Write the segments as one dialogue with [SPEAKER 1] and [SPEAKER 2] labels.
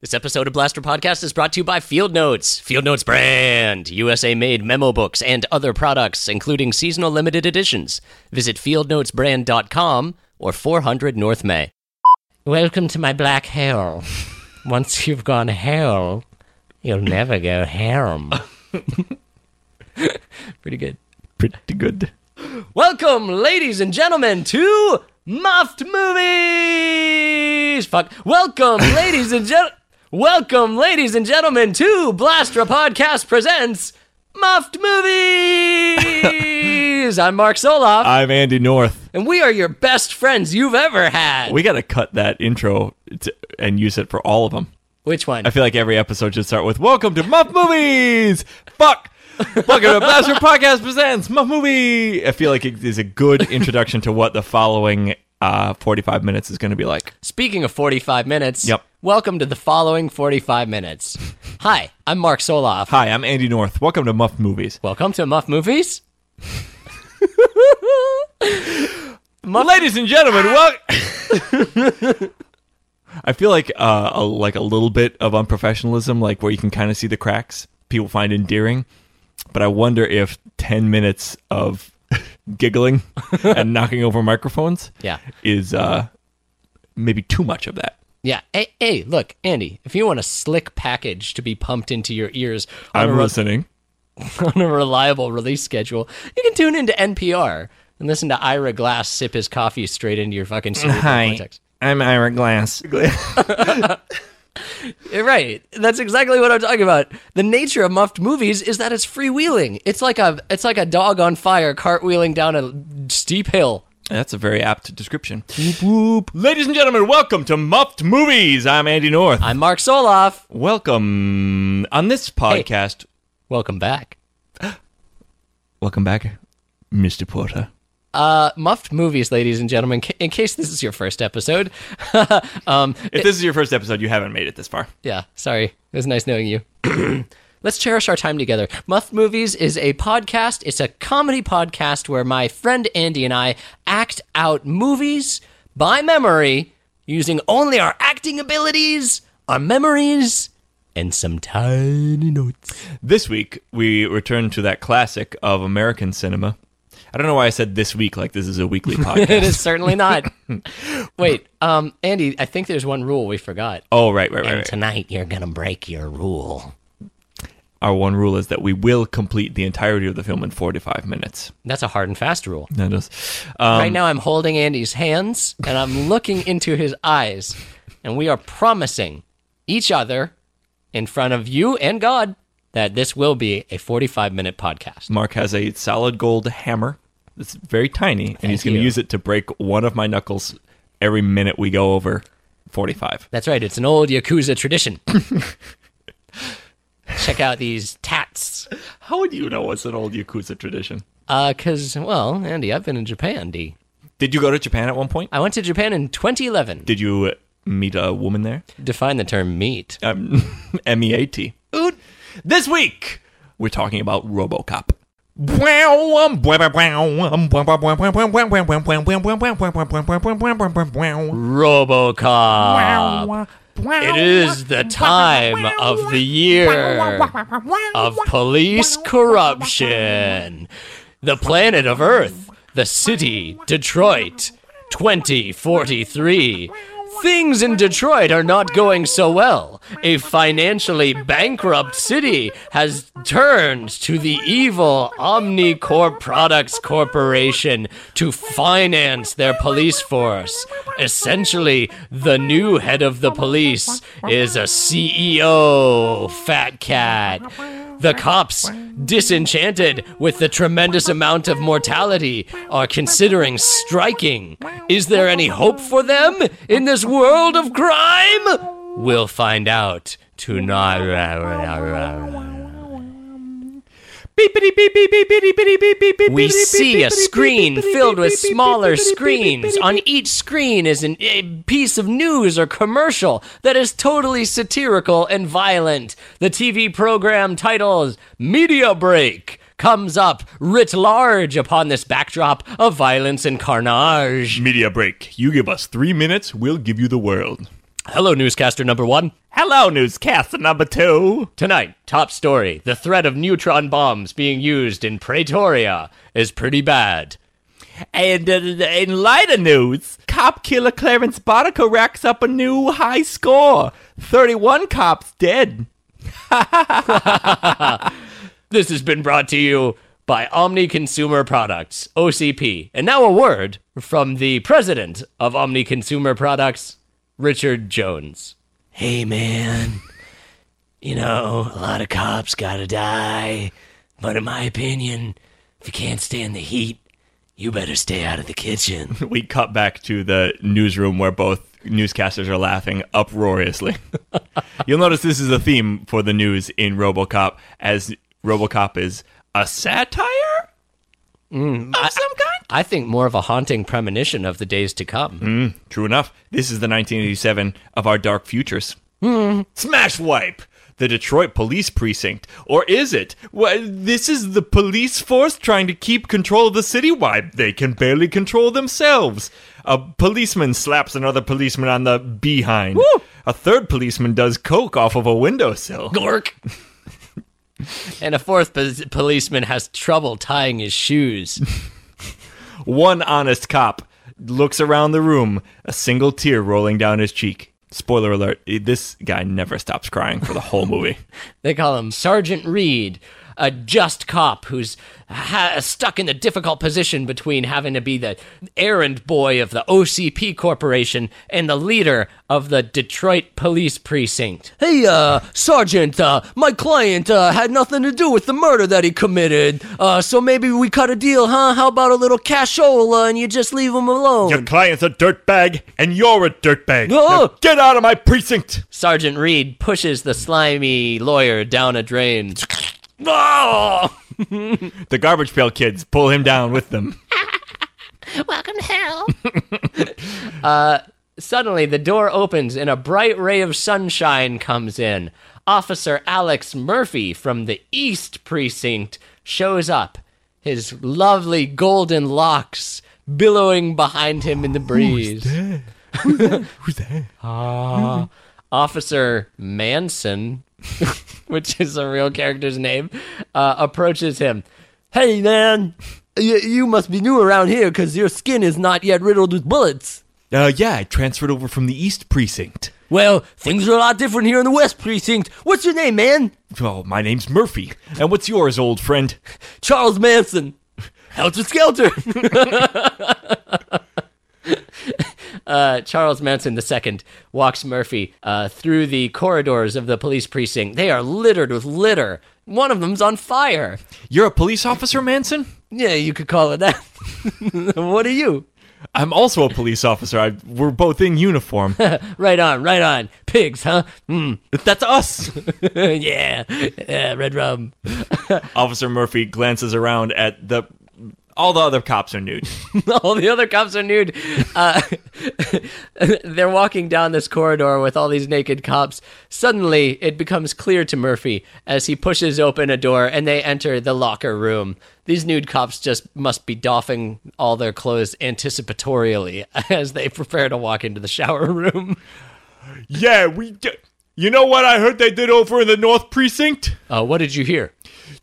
[SPEAKER 1] This episode of Blaster Podcast is brought to you by Field Notes, Field Notes brand, USA made memo books and other products, including seasonal limited editions. Visit fieldnotesbrand.com or 400 North May. Welcome to my black hell. Once you've gone hell, you'll never go harem. Pretty good.
[SPEAKER 2] Pretty good.
[SPEAKER 1] Welcome, ladies and gentlemen, to Muffed Movies. Fuck. Welcome, ladies and gen. Welcome, ladies and gentlemen, to Blastra Podcast presents Muffed Movies. I'm Mark Soloff,
[SPEAKER 2] I'm Andy North.
[SPEAKER 1] and we are your best friends you've ever had.
[SPEAKER 2] We got to cut that intro to, and use it for all of them.
[SPEAKER 1] Which one?
[SPEAKER 2] I feel like every episode should start with "Welcome to Muff Movies." Fuck. Welcome to Blaster Podcast presents Muff Movie. I feel like it is a good introduction to what the following uh, forty-five minutes is going to be like.
[SPEAKER 1] Speaking of 45 minutes,
[SPEAKER 2] Yep.
[SPEAKER 1] welcome to the following 45 minutes. Hi, I'm Mark Soloff.
[SPEAKER 2] Hi, I'm Andy North. Welcome to Muff Movies.
[SPEAKER 1] Welcome to Muff Movies.
[SPEAKER 2] Ladies and gentlemen,
[SPEAKER 1] Ah!
[SPEAKER 2] welcome. I feel like uh, a, like a little bit of unprofessionalism, like where you can kind of see the cracks people find endearing, but I wonder if ten minutes of giggling and knocking over microphones,
[SPEAKER 1] Yeah.
[SPEAKER 2] is uh, maybe too much of that.
[SPEAKER 1] Yeah. Hey, hey, look, Andy, if you want a slick package to be pumped into your ears on, a,
[SPEAKER 2] I'm
[SPEAKER 1] re-
[SPEAKER 2] listening.
[SPEAKER 1] on a reliable release schedule, you can tune into NPR and listen to Ira Glass sip his coffee straight into your fucking cerebral cortex.
[SPEAKER 2] I'm Ira Glass.
[SPEAKER 1] Yeah, Right. That's exactly what I'm talking about. The nature of muffed movies is that it's freewheeling. It's like a it's like a dog on fire cartwheeling down a steep hill.
[SPEAKER 2] That's a very apt description. Ladies and gentlemen, welcome to Muffed Movies. I'm Andy North.
[SPEAKER 1] I'm Mark Soloff.
[SPEAKER 2] Welcome on this podcast.
[SPEAKER 1] Welcome back.
[SPEAKER 2] Welcome back, Mr. Porter.
[SPEAKER 1] Uh, muffed movies, ladies and gentlemen. ca- In case this is your first episode, um,
[SPEAKER 2] If this is your first episode, you haven't made it this far.
[SPEAKER 1] Yeah, sorry. It was nice knowing you. Let's cherish our time together. Muff Movies is a podcast. It's a comedy podcast where my friend Andy and I act out movies by memory using only our acting abilities, our memories, and some tiny notes.
[SPEAKER 2] This week, we return to that classic of American cinema. I don't know why I said this week, like this is a weekly
[SPEAKER 1] It
[SPEAKER 2] podcast.
[SPEAKER 1] is certainly not. Wait, um, Andy, I think there's one rule we forgot.
[SPEAKER 2] oh, right, right, right,
[SPEAKER 1] And
[SPEAKER 2] right.
[SPEAKER 1] tonight you're going to break your rule.
[SPEAKER 2] Our one rule is that we will complete the entirety of the film in 45 minutes.
[SPEAKER 1] That's a hard and fast rule.
[SPEAKER 2] That is. Um,
[SPEAKER 1] right now, I'm holding Andy's hands and I'm looking into his eyes, and we are promising each other in front of you and God that this will be a 45 minute podcast.
[SPEAKER 2] Mark has a solid gold hammer. It's very tiny, and he's going
[SPEAKER 1] you.
[SPEAKER 2] to use it to break one of my knuckles every minute we go over 45.
[SPEAKER 1] That's right, it's an old Yakuza tradition. Check out these tats.
[SPEAKER 2] How would you know it's an old Yakuza tradition?
[SPEAKER 1] Because, well, Andy, I've been in Japan, D.
[SPEAKER 2] Did you go to Japan at one point?
[SPEAKER 1] I went to Japan in 2011.
[SPEAKER 2] Did you meet a woman there?
[SPEAKER 1] Define the term meat.
[SPEAKER 2] Um, M E A T. Oot. This week, we're talking about Robocop.
[SPEAKER 1] Robocop. It is the time of the year of police corruption. The planet of Earth, the city, Detroit, 2043. Things in Detroit are not going so well. A financially bankrupt city has turned to the evil Omnicorp Products Corporation to finance their police force. Essentially, the new head of the police is a CEO, Fat Cat. The cops, disenchanted with the tremendous amount of mortality, are considering striking. Is there any hope for them in this world of crime? We'll find out tonight. We see a screen filled with smaller screens. On each screen is an, a piece of news or commercial that is totally satirical and violent. The TV program titles Media Break comes up writ large upon this backdrop of violence and carnage.
[SPEAKER 2] Media break. You give us three minutes, we'll give you the world.
[SPEAKER 1] Hello, newscaster number one.
[SPEAKER 2] Hello, newscaster number two.
[SPEAKER 1] Tonight, top story the threat of neutron bombs being used in Pretoria is pretty bad.
[SPEAKER 2] And uh, in lighter news, cop killer Clarence Boddicker racks up a new high score 31 cops dead.
[SPEAKER 1] This has been brought to you by Omni Consumer Products, OCP. And now a word from the president of Omni Consumer Products, Richard Jones. Hey, man. You know, a lot of cops gotta die. But in my opinion, if you can't stand the heat, you better stay out of the kitchen.
[SPEAKER 2] We cut back to the newsroom where both newscasters are laughing uproariously. You'll notice this is a theme for the news in Robocop, as Robocop is a satire
[SPEAKER 1] Mm.
[SPEAKER 2] Ah, of some kind.
[SPEAKER 1] I think more of a haunting premonition of the days to come.
[SPEAKER 2] Hmm, True enough, this is the 1987 of our dark futures.
[SPEAKER 1] Hmm.
[SPEAKER 2] Smash wipe! The Detroit Police Precinct. Or is it? Well, this is the police force trying to keep control of the city. Why, they can barely control themselves. A policeman slaps another policeman on the behind. A third policeman does coke off of a windowsill.
[SPEAKER 1] Gork. and a fourth pos- policeman has trouble tying his shoes.
[SPEAKER 2] One honest cop looks around the room, a single tear rolling down his cheek. Spoiler alert, eh, this guy never stops crying for the whole movie.
[SPEAKER 1] They call him Sergeant Reed, a just cop who's ha- stuck in the difficult position between having to be the errand boy of the OCP Corporation and the leader of the Detroit Police Precinct. Hey, uh, Sergeant, uh, my client uh, had nothing to do with the murder that he committed, uh, so maybe we cut a deal, huh? How about a little cashola and you just leave him alone?
[SPEAKER 2] Your client's a dirtbag, and you're a dirtbag.
[SPEAKER 1] Ah!
[SPEAKER 2] Now get out of my precinct!
[SPEAKER 1] Sergeant Reed pushes the slimy lawyer down a drain. Oh!
[SPEAKER 2] The garbage pail kids pull him down with them.
[SPEAKER 3] Welcome to hell.
[SPEAKER 1] Uh, Suddenly, the door opens and a bright ray of sunshine comes in. Officer Alex Murphy from the East Precinct shows up, his lovely golden locks billowing behind him in the breeze. Ah,
[SPEAKER 2] Who's that?
[SPEAKER 1] Officer Manson, which is a real character's name, uh, approaches him. Hey, man, you, you must be new around here because your skin is not yet riddled with bullets.
[SPEAKER 2] Uh, yeah, I transferred over from the East Precinct.
[SPEAKER 1] Well, things are a lot different here in the West Precinct. What's your name, man?
[SPEAKER 2] Oh, my name's Murphy. And what's yours, old friend?
[SPEAKER 1] Charles Manson. Helter Skelter. uh, Charles Manson II walks Murphy uh, through the corridors of the police precinct. They are littered with litter. One of them's on fire.
[SPEAKER 2] You're a police officer, Manson?
[SPEAKER 1] Yeah, you could call it that. what are you?
[SPEAKER 2] I'm also a police officer. I, we're both in uniform.
[SPEAKER 1] Right on, right on. Pigs, huh? Mm.
[SPEAKER 2] That's us!
[SPEAKER 1] yeah. yeah, red rum.
[SPEAKER 2] Officer Murphy glances around at the. All the other cops are nude.
[SPEAKER 1] all the other cops are nude. Uh, they're walking down this corridor with all these naked cops. Suddenly, it becomes clear to Murphy as he pushes open a door and they enter the locker room. These nude cops just must be doffing all their clothes anticipatorily as they prepare to walk into the shower room.
[SPEAKER 2] Yeah, we. D- you know what I heard they did over in the North Precinct?
[SPEAKER 1] Uh, what did you hear?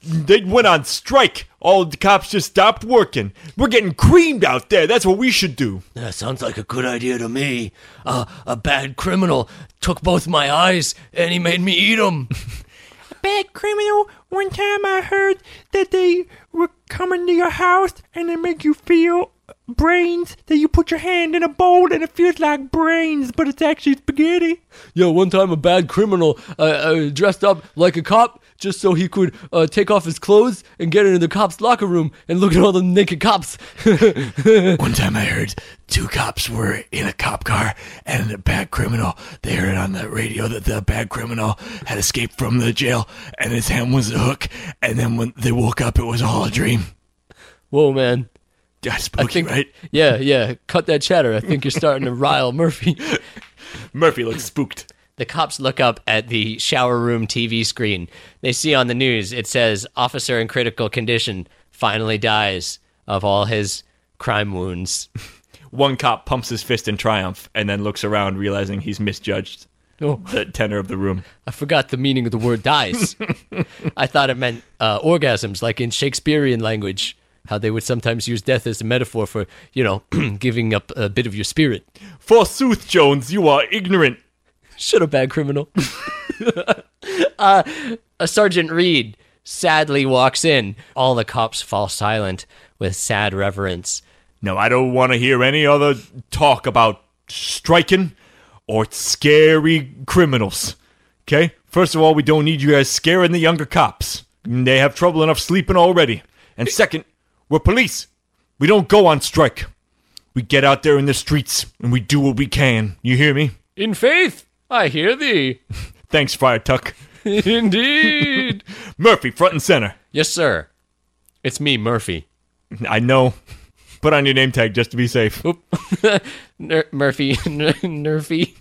[SPEAKER 2] They went on strike. All the cops just stopped working. We're getting creamed out there. That's what we should do.
[SPEAKER 1] That Uh, sounds like a good idea to me. Uh, a bad criminal took both my eyes and he made me eat them.
[SPEAKER 2] Bad criminal, one time I heard that they were coming to your house and they make you feel brains, that you put your hand in a bowl and it feels like brains, but it's actually spaghetti.
[SPEAKER 1] Yeah, one time a bad criminal uh, uh, dressed up like a cop just so he could uh, take off his clothes and get into the cop's locker room and look at all the naked cops.
[SPEAKER 2] One time I heard two cops were in a cop car and a bad criminal. They heard on the radio that the bad criminal had escaped from the jail and his hand was a hook. And then when they woke up, it was all a dream.
[SPEAKER 1] Whoa, man.
[SPEAKER 2] Yeah, spooky,
[SPEAKER 1] Think-
[SPEAKER 2] right?
[SPEAKER 1] Yeah, yeah. Cut that chatter. I think you're starting to rile Murphy.
[SPEAKER 2] Murphy looks spooked.
[SPEAKER 1] The cops look up at the shower room TV screen. They see on the news it says officer in critical condition finally dies of all his crime wounds.
[SPEAKER 2] One cop pumps his fist in triumph and then looks around, realizing he's misjudged
[SPEAKER 1] Oh,
[SPEAKER 2] the tenor of the room.
[SPEAKER 1] I forgot the meaning of the word dies. I thought it meant uh, orgasms, like in Shakespearean language, how they would sometimes use death as a metaphor for, you know, giving up a bit of your spirit.
[SPEAKER 2] Forsooth, Jones, you are ignorant.
[SPEAKER 1] Shut up, bad criminal. uh, uh, Sergeant Reed sadly walks in. All the cops fall silent with sad reverence.
[SPEAKER 2] No, I don't want to hear any other talk about striking or scary criminals. Okay? First of all, we don't need you guys scaring the younger cops. They have trouble enough sleeping already. And second, we're police. We don't go on strike. We get out there in the streets and we do what we can. You hear me?
[SPEAKER 1] In faith, I hear thee.
[SPEAKER 2] Thanks, Friar Tuck.
[SPEAKER 1] Indeed.
[SPEAKER 2] Murphy, front and center.
[SPEAKER 1] yes, sir. It's me, Murphy.
[SPEAKER 2] I know. Put on your name tag just to be safe.
[SPEAKER 1] Oop. Ner- Murphy, Murphy,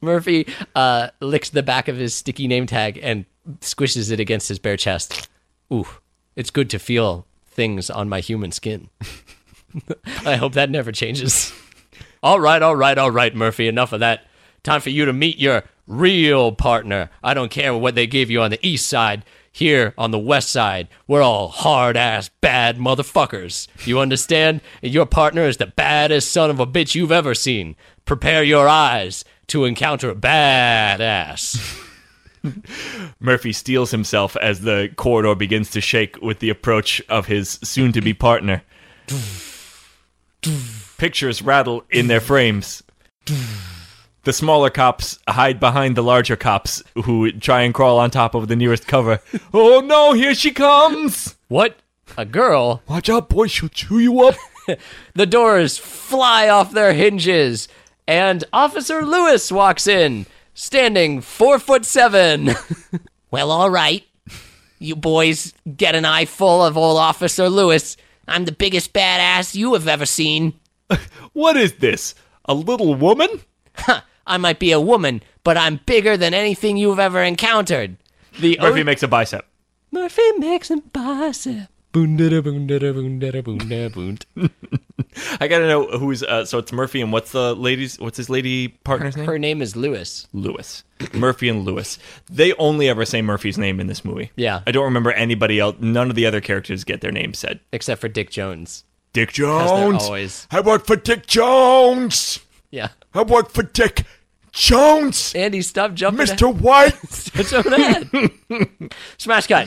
[SPEAKER 1] Murphy uh, licks the back of his sticky name tag and squishes it against his bare chest. Ooh, it's good to feel things on my human skin. I hope that never changes. All right, all right, all right, Murphy, enough of that. Time for you to meet your real partner. I don't care what they gave you on the east side. Here on the west side, we're all hard ass bad motherfuckers. You understand? And your partner is the baddest son of a bitch you've ever seen. Prepare your eyes to encounter badass.
[SPEAKER 2] Murphy steels himself as the corridor begins to shake with the approach of his soon to be partner. Pictures rattle in their frames. The smaller cops hide behind the larger cops who try and crawl on top of the nearest cover. Oh no, here she comes!
[SPEAKER 1] What? A girl?
[SPEAKER 2] Watch out, boy, she'll chew you up.
[SPEAKER 1] The doors fly off their hinges, and Officer Lewis walks in, standing four foot seven.
[SPEAKER 3] Well, all right. You boys get an eye full of old Officer Lewis. I'm the biggest badass you have ever seen.
[SPEAKER 2] What is this? A little woman?
[SPEAKER 3] I might be a woman, but I'm bigger than anything you've ever encountered.
[SPEAKER 1] The
[SPEAKER 2] Murphy makes a bicep.
[SPEAKER 1] Murphy makes him bicep. Boon da boon da boon da boon da boon.
[SPEAKER 2] I gotta know who's, uh, so it's Murphy and what's the lady's, what's his lady partner's name?
[SPEAKER 1] Her name is Lewis.
[SPEAKER 2] Lewis. Murphy and Lewis. They only ever say Murphy's name in this movie.
[SPEAKER 1] Yeah.
[SPEAKER 2] I don't remember anybody else. None of the other characters get their names said.
[SPEAKER 1] Except for Dick Jones.
[SPEAKER 2] Dick
[SPEAKER 1] they're
[SPEAKER 2] Jones.
[SPEAKER 1] always-
[SPEAKER 2] I work for Dick Jones.
[SPEAKER 1] Yeah.
[SPEAKER 2] I work for Dick Jones.
[SPEAKER 1] Andy, stop jumping.
[SPEAKER 2] Mr. White.
[SPEAKER 1] What's over that? Smash cut.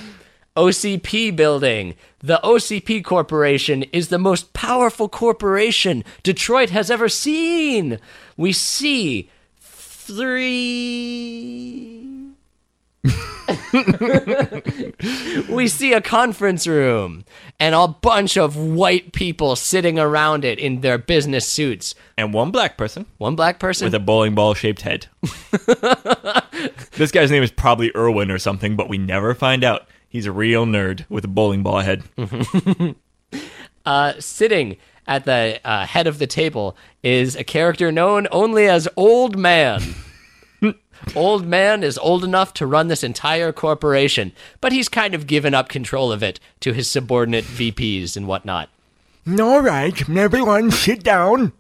[SPEAKER 1] OCP building. The OCP Corporation is the most powerful corporation Detroit has ever seen. We see three. we see a conference room and a bunch of white people sitting around it in their business suits.
[SPEAKER 2] and one black person
[SPEAKER 1] One black person
[SPEAKER 2] with a bowling ball shaped head. this guy's name is probably Irwin or something, but we never find out. He's a real nerd with a bowling ball head.
[SPEAKER 1] Uh, sitting at the uh, head of the table is a character known only as Old Man. old Man is old enough to run this entire corporation, but he's kind of given up control of it to his subordinate VPs and whatnot.
[SPEAKER 4] All right, everyone, sit down.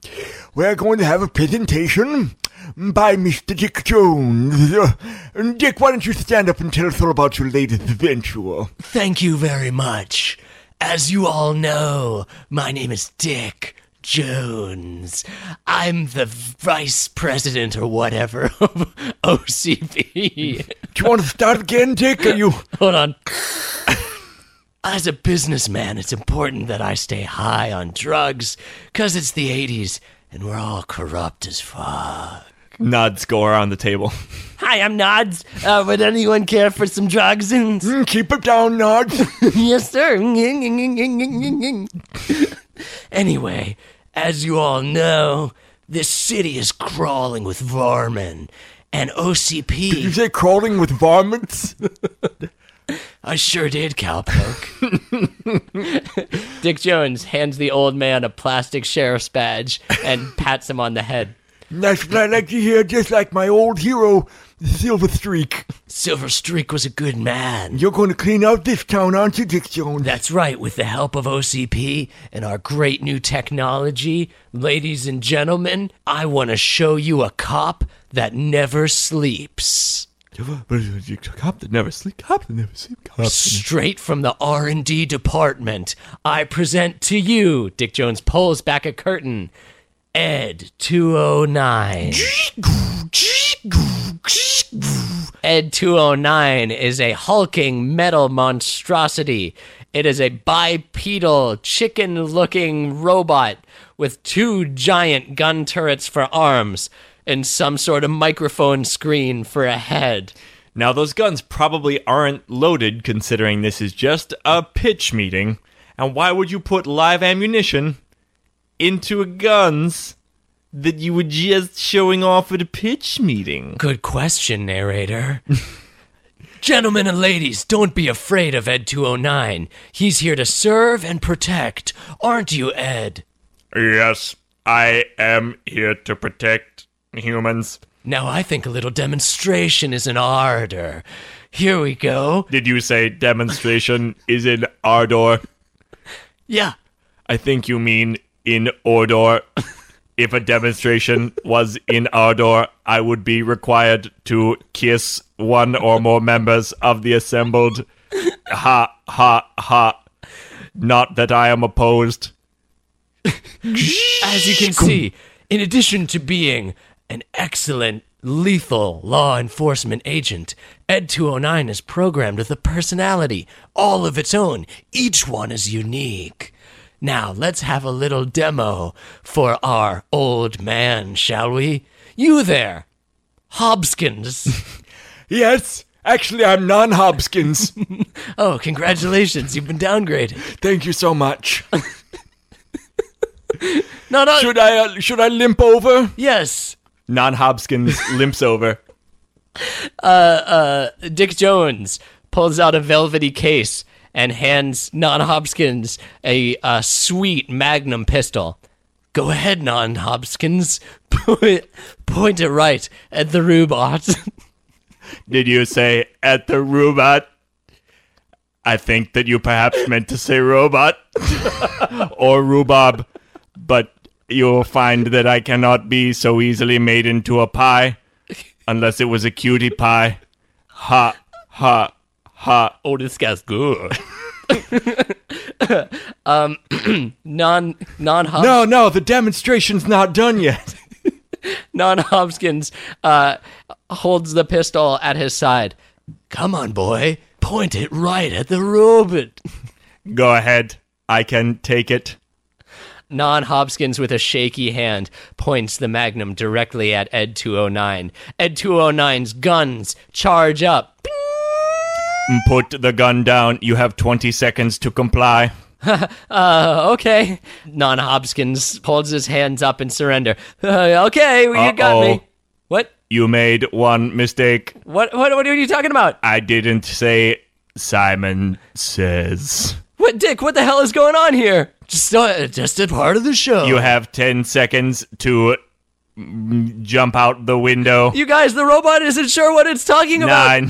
[SPEAKER 4] We're going to have a presentation by Mr. Dick Jones. Uh, Dick, why don't you stand up and tell us all about your latest adventure?
[SPEAKER 1] Thank you very much. As you all know, my name is Dick Jones. I'm the vice president or whatever of OCP.
[SPEAKER 4] Do you want to start again, Dick? Are you?
[SPEAKER 1] Hold on. As a businessman, it's important that I stay high on drugs because it's the 80s and we're all corrupt as fuck.
[SPEAKER 2] Nod score on the table.
[SPEAKER 1] Hi, I'm Nods. Uh, would anyone care for some drugs? yes,
[SPEAKER 4] Mm, Keep it down, Nod.
[SPEAKER 1] sir. anyway, as you all know, this city is crawling with varmin and OCP.
[SPEAKER 4] you say crawling with varmints?
[SPEAKER 1] I sure did, cowpoke. Dick Jones hands the old man a plastic sheriff's badge and pats him on the head.
[SPEAKER 4] That's what I like to hear, just like my old hero, Silver Streak.
[SPEAKER 1] Silver Streak was a good man.
[SPEAKER 4] You're going to clean out this town, aren't you, Dick Jones?
[SPEAKER 1] That's right, with the help of OCP and our great new technology, ladies and gentlemen, I want to show you a cop that never sleeps.
[SPEAKER 5] Cop that never sleep. Cop that never sleep. Cop.
[SPEAKER 1] Straight from the R&D department, I present to you, Dick Jones pulls back a curtain, Ed 209. Ed 209 is a hulking metal monstrosity. It is a bipedal, chicken looking robot with two giant gun turrets for arms and some sort of microphone screen for a head.
[SPEAKER 5] Now those guns probably aren't loaded, considering this is just a pitch meeting. And why would you put live ammunition into guns that you were just showing off at a pitch meeting?
[SPEAKER 1] Good question, narrator. Gentlemen and ladies, don't be afraid of Ed 209. He's here to serve and protect, aren't you, Ed?
[SPEAKER 2] Yes, I am here to protect humans.
[SPEAKER 1] Now, I think a little demonstration is an ardor. Here we go.
[SPEAKER 2] Did you say demonstration is in Ardor?
[SPEAKER 1] Yeah,
[SPEAKER 2] I think you mean in Ordor. if a demonstration was in Ardor, I would be required to kiss one or more members of the assembled. Ha ha ha. Not that I am opposed.
[SPEAKER 1] as you can see, in addition to being an excellent lethal law enforcement agent, Ed 209 is programmed with a personality all of its own. Each one is unique. Now, let's have a little demo for our old man, shall we? You there, Hobskins.
[SPEAKER 4] Yes, actually, I'm non Hobskins.
[SPEAKER 1] Oh, congratulations, you've been downgraded.
[SPEAKER 4] Thank you so much.
[SPEAKER 1] No, no,
[SPEAKER 4] Should I uh, should I limp over?
[SPEAKER 1] yes.
[SPEAKER 5] Non Hobskins limps over.
[SPEAKER 1] Uh, Dick Jones pulls out a velvety case and hands Non Hobskins a, uh sweet Magnum pistol. Go ahead, Non Hobskins. Point, point it right at the robot.
[SPEAKER 2] Did you say at the robot? I think that you perhaps meant to say robot or rhubarb, but you'll find that I cannot be so easily made into a pie unless it was a cutie pie. Ha, ha, ha.
[SPEAKER 1] oh, this guy's good. um, non non Hob-
[SPEAKER 5] No, no, the demonstration's not done yet.
[SPEAKER 1] non Hobskins uh, holds the pistol at his side. Come on, boy. Point it right at the robot.
[SPEAKER 2] Go ahead. I can take it.
[SPEAKER 1] Non Hobskins, with a shaky hand, points the magnum directly at Ed 209. Ed 209's guns charge up.
[SPEAKER 2] Put the gun down. You have 20 seconds to comply.
[SPEAKER 1] Uh, okay. Non Hobskins holds his hands up in surrender. Uh, okay, well, you got
[SPEAKER 2] Uh-oh.
[SPEAKER 1] me. What?
[SPEAKER 2] You made one mistake.
[SPEAKER 1] What? What? What are you talking about?
[SPEAKER 2] I didn't say Simon says.
[SPEAKER 1] What, Dick? What the hell is going on here? Just, uh, just a part of the show.
[SPEAKER 2] You have 10 seconds to mm, jump out the window.
[SPEAKER 1] You guys, the robot isn't sure what it's talking about.
[SPEAKER 2] Nine,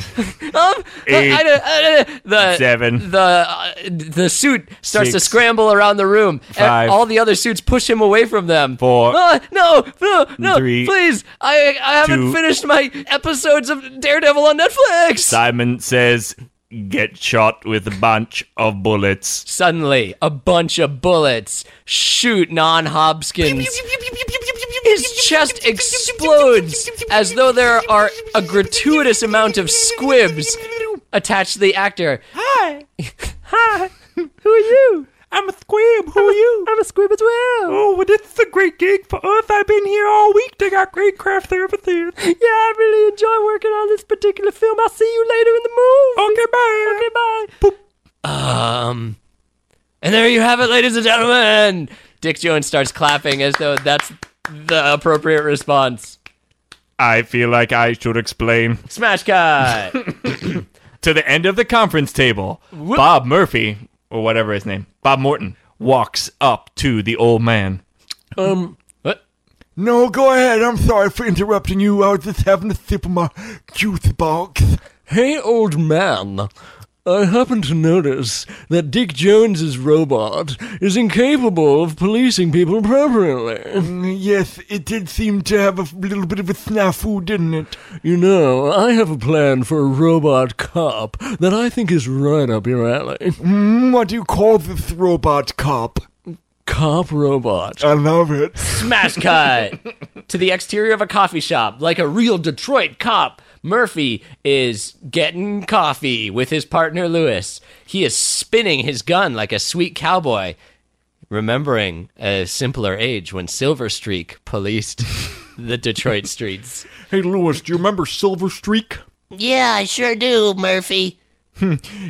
[SPEAKER 1] Um,
[SPEAKER 2] Eight,
[SPEAKER 1] I don't- I don't- the
[SPEAKER 2] seven,
[SPEAKER 1] the uh, the suit starts to
[SPEAKER 2] Six.
[SPEAKER 1] scramble around the room. and
[SPEAKER 2] Five.
[SPEAKER 1] all the other suits push him away from them.
[SPEAKER 2] Four.
[SPEAKER 1] Ah, no, no, no!
[SPEAKER 2] Three.
[SPEAKER 1] please, I I haven't
[SPEAKER 2] Two.
[SPEAKER 1] finished my episodes of Daredevil on Netflix.
[SPEAKER 2] Simon says, get shot with a bunch of bullets.
[SPEAKER 1] Suddenly, a bunch of bullets shoot non Hobskins. His chest explodes as though there are a gratuitous amount of squibs attached to the actor.
[SPEAKER 5] Hi,
[SPEAKER 1] Hi, who are you?
[SPEAKER 5] I'm a squib. Who are you?
[SPEAKER 1] I'm a squib as well.
[SPEAKER 5] Oh, well, this is a great gig for us. I've been here all week. They got great craft everything. Okay,
[SPEAKER 1] Yeah, I really enjoy working on this particular film. I'll see you later in the movie.
[SPEAKER 5] bye. Okay,
[SPEAKER 1] Bye. Um, and there you have it, ladies and gentlemen. Dick Jones starts clapping as though that's the appropriate response.
[SPEAKER 2] I feel like I should explain.
[SPEAKER 1] Smash
[SPEAKER 6] Uh,
[SPEAKER 1] cut.
[SPEAKER 5] to the end of the conference table, Bob Murphy, or whatever his name, Bob Morton, walks up to the old man.
[SPEAKER 1] um, what?
[SPEAKER 4] No, go ahead. I'm sorry for interrupting you. I was just having a sip of my juice box.
[SPEAKER 7] Hey, old man. I happen to notice that Dick Jones's robot is incapable of policing people properly.
[SPEAKER 4] Yes, it did seem to have a little bit of a snafu, didn't it?
[SPEAKER 7] You know, I have a plan for a robot cop that I think is right up your alley.
[SPEAKER 4] Mm, What do you call this robot cop?
[SPEAKER 7] Cop robot.
[SPEAKER 4] I love it.
[SPEAKER 1] Smash cut to the exterior of a coffee shop, like a real Detroit cop. Murphy is getting coffee with his partner Lewis. He is spinning his gun like a sweet cowboy, remembering a simpler age when Silver Streak policed the Detroit streets.
[SPEAKER 2] Hey, Lewis, do you remember Silver Streak?
[SPEAKER 3] Yeah, I sure do, Murphy.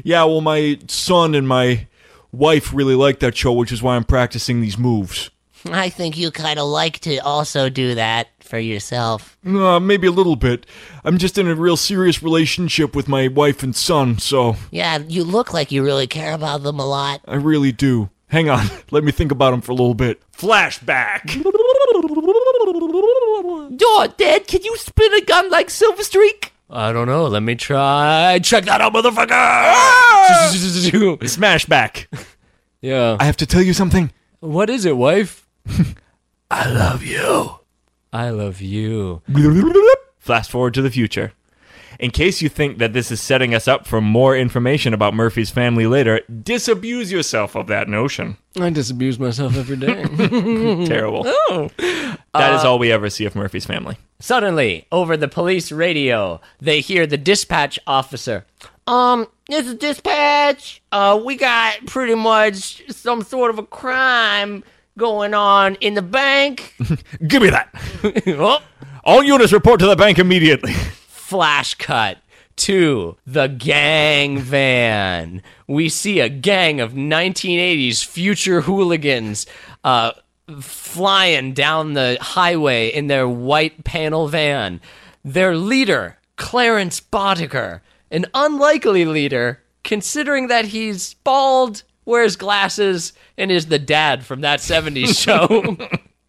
[SPEAKER 2] Yeah, well, my son and my wife really like that show, which is why I'm practicing these moves.
[SPEAKER 3] I think you kind of like to also do that for yourself.
[SPEAKER 2] Uh, maybe a little bit. I'm just in a real serious relationship with my wife and son, so
[SPEAKER 3] Yeah, you look like you really care about them a lot.
[SPEAKER 2] I really do. Hang on, let me think about them for a little bit.
[SPEAKER 6] Flashback.
[SPEAKER 1] Yo, Dad, can you spin a gun like Silver Streak? I don't know. Let me try. Check that out, motherfucker!
[SPEAKER 6] Smashback.
[SPEAKER 1] yeah.
[SPEAKER 2] I have to tell you something.
[SPEAKER 1] What is it, wife? I love you. I love you.
[SPEAKER 6] Fast forward to the future. In case you think that this is setting us up for more information about Murphy's family later, disabuse yourself of that notion.
[SPEAKER 7] I disabuse myself every day.
[SPEAKER 1] Mm-hmm.
[SPEAKER 6] Terrible.
[SPEAKER 1] Oh.
[SPEAKER 6] That
[SPEAKER 1] Uh,
[SPEAKER 6] is all we ever see of Murphy's family.
[SPEAKER 1] Suddenly, over the police radio, they hear the dispatch officer.
[SPEAKER 3] Um, this is dispatch. Uh, we got pretty much some sort of a crime going on in the bank.
[SPEAKER 6] Give me that.
[SPEAKER 1] Oh,
[SPEAKER 6] All units report to the bank immediately.
[SPEAKER 1] flash cut to the gang van. We see a gang of 1980s future hooligans uh, flying down the highway in their white panel van. Their leader, Clarence Boddicker, an unlikely leader, considering that he's bald, wears glasses, and is the dad from that 70s show.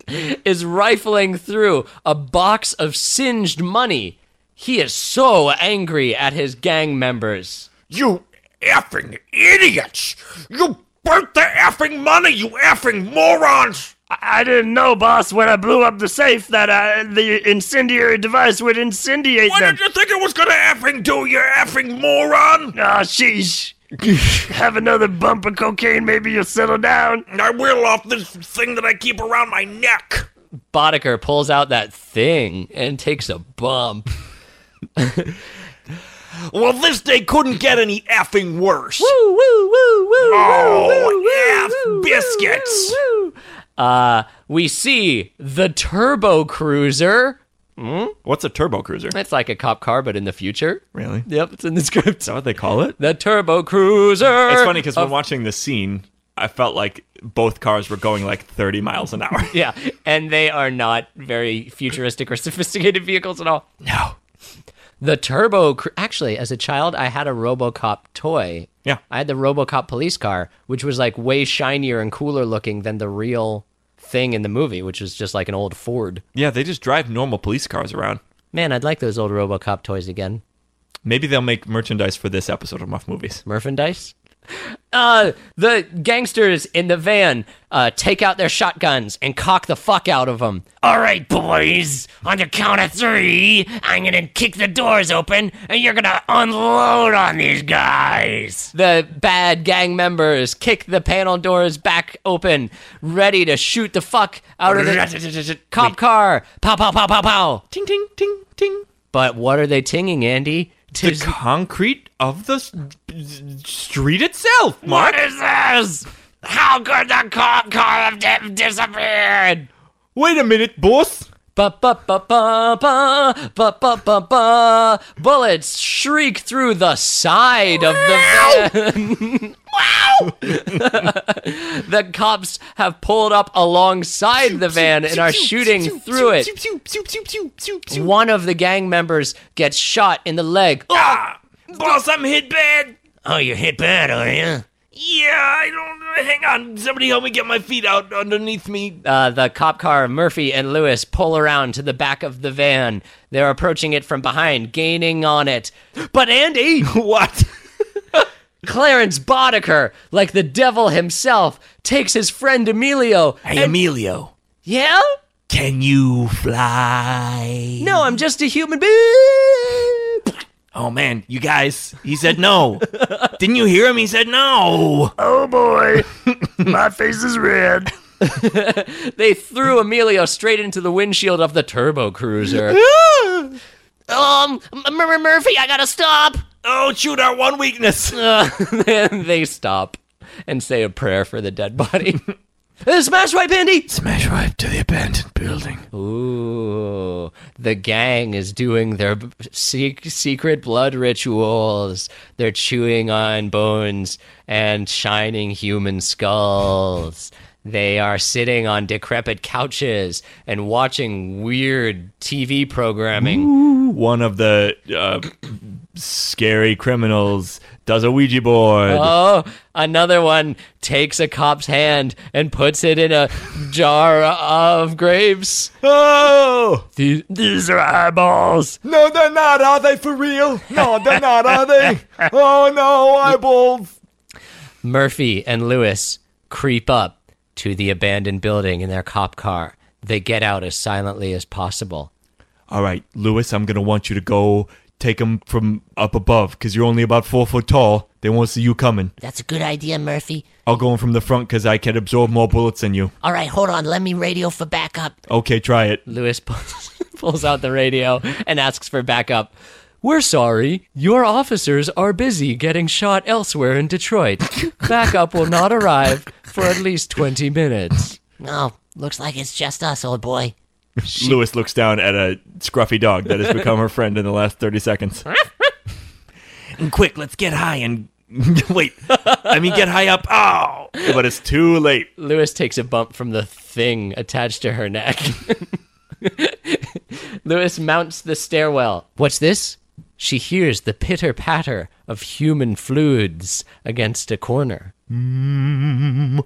[SPEAKER 1] is rifling through a box of singed money. He is so angry at his gang members.
[SPEAKER 6] You effing idiots! You burnt the effing money, you effing morons!
[SPEAKER 8] I didn't know, boss, when I blew up the safe that uh, the incendiary device would incendiate
[SPEAKER 6] What
[SPEAKER 8] them.
[SPEAKER 6] did you think it was gonna effing do, you effing moron?
[SPEAKER 8] Ah, sheesh. Have another bump of cocaine, maybe you'll settle down.
[SPEAKER 6] I will off this thing that I keep around my neck.
[SPEAKER 1] Boddicker pulls out that thing and takes a bump.
[SPEAKER 6] Well, this day couldn't get any effing worse.
[SPEAKER 1] Woo, woo, woo, woo,
[SPEAKER 6] Oh, F biscuits.
[SPEAKER 1] woo, woo. Uh, we see the turbo cruiser.
[SPEAKER 2] Hmm? What's a turbo cruiser?
[SPEAKER 1] It's like a cop car, but in the future.
[SPEAKER 2] Really? Is
[SPEAKER 1] Yep, it's in the script.
[SPEAKER 2] that what they call it?
[SPEAKER 1] The turbo cruiser.
[SPEAKER 2] It's funny because when watching this scene, I felt like both cars were going like 30 miles an hour.
[SPEAKER 1] yeah, and they are not very futuristic or sophisticated vehicles at all.
[SPEAKER 2] no.
[SPEAKER 1] The turbo. Cr- Actually, as a child, I had a RoboCop toy.
[SPEAKER 2] Yeah.
[SPEAKER 1] I had the RoboCop police car, which was like way shinier and cooler looking than the real thing in the movie, which was just like an old Ford.
[SPEAKER 2] Yeah, they just drive normal police cars around.
[SPEAKER 1] Man, I'd like those old RoboCop toys again.
[SPEAKER 2] Maybe they'll make merchandise for this episode of Muff Movies.
[SPEAKER 1] merchandise. Uh, the gangsters in the van uh, take out their shotguns and cock the fuck out of them. All right, boys, on the count of three, I'm gonna kick the doors open and you're gonna unload on these guys. The bad gang members kick the panel doors back open, ready to shoot the fuck out of the cop car. Pow, pow, pow, pow, pow.
[SPEAKER 2] Ting, ting, ting, ting.
[SPEAKER 1] But what are they tinging, Andy?
[SPEAKER 2] The
[SPEAKER 1] Tis
[SPEAKER 2] concrete of the s- street itself, Mark.
[SPEAKER 1] What is this? How could the cop car have di- disappeared?
[SPEAKER 2] Wait a minute, boss.
[SPEAKER 1] Ba ba ba ba ba ba ba ba ba. Bullets shriek through the side of the van. wow! the cops have pulled up alongside the van and are shooting through it. One of the gang members gets shot in the leg.
[SPEAKER 8] Ah!
[SPEAKER 2] Ah,
[SPEAKER 6] Boss, I'm hit bad.
[SPEAKER 3] Oh, you're hit bad, are you?
[SPEAKER 6] Yeah, I don't
[SPEAKER 2] hang on, somebody help me get my feet out underneath me.
[SPEAKER 1] Uh, the cop car, Murphy and Lewis, pull around to the back of the van. They're approaching it from behind, gaining on it. But Andy,
[SPEAKER 2] What?
[SPEAKER 1] Clarence Boddicker, like the devil himself, takes his friend Emilio.
[SPEAKER 2] Hey, Emilio,
[SPEAKER 1] Yeah?
[SPEAKER 2] can you fly?
[SPEAKER 1] No, I'm just a human being.
[SPEAKER 2] Oh man, you guys, he said no. Didn't you hear him? He said no.
[SPEAKER 8] Oh boy, my face is red.
[SPEAKER 1] They threw Emilio straight into the windshield of the turbo cruiser.
[SPEAKER 3] Um, M- M- Murphy, I gotta stop.
[SPEAKER 2] Oh, shoot, our one weakness.
[SPEAKER 1] Uh, and they stop and say a prayer for the dead body. Uh, Smash right, Andy!
[SPEAKER 2] Smash right to the abandoned building.
[SPEAKER 1] Ooh, the gang is doing their b- se- secret blood rituals. They're chewing on bones and shining human skulls. They are sitting on decrepit couches and watching weird TV programming.
[SPEAKER 2] One of the uh, scary criminals does a Ouija board.
[SPEAKER 1] Oh, another one takes a cop's hand and puts it in a jar of grapes.
[SPEAKER 4] Oh!
[SPEAKER 1] These, Uh, these are eyeballs.
[SPEAKER 4] No, they're not. Are they for real? No, they're not. Are they? Oh no, eyeballs.
[SPEAKER 1] Murphy and Lewis creep up to the abandoned building in their cop car. They get out as silently as possible.
[SPEAKER 2] All right, Lewis, I'm going to want you to go take him from up above because you're only about four foot tall. They won't see you coming.
[SPEAKER 3] That's a good idea, Murphy.
[SPEAKER 2] I'll go in from the front because I can absorb more bullets than you.
[SPEAKER 3] All right, hold on. Let me radio for backup.
[SPEAKER 2] Okay, try it.
[SPEAKER 1] Lewis pulls, pulls out the radio and asks for backup. We're sorry. Your officers are busy getting shot elsewhere in Detroit. Backup will not arrive for at least 20 minutes.
[SPEAKER 3] Oh, looks like it's just us, old boy.
[SPEAKER 2] Lewis looks down at a scruffy dog that has become her friend in the last 30 seconds. and quick, let's get high and wait. I mean, get high up. Oh, but it's too late.
[SPEAKER 1] Lewis takes a bump from the thing attached to her neck. Lewis mounts the stairwell. What's this? She hears the pitter patter of human fluids against a corner.
[SPEAKER 6] Mm,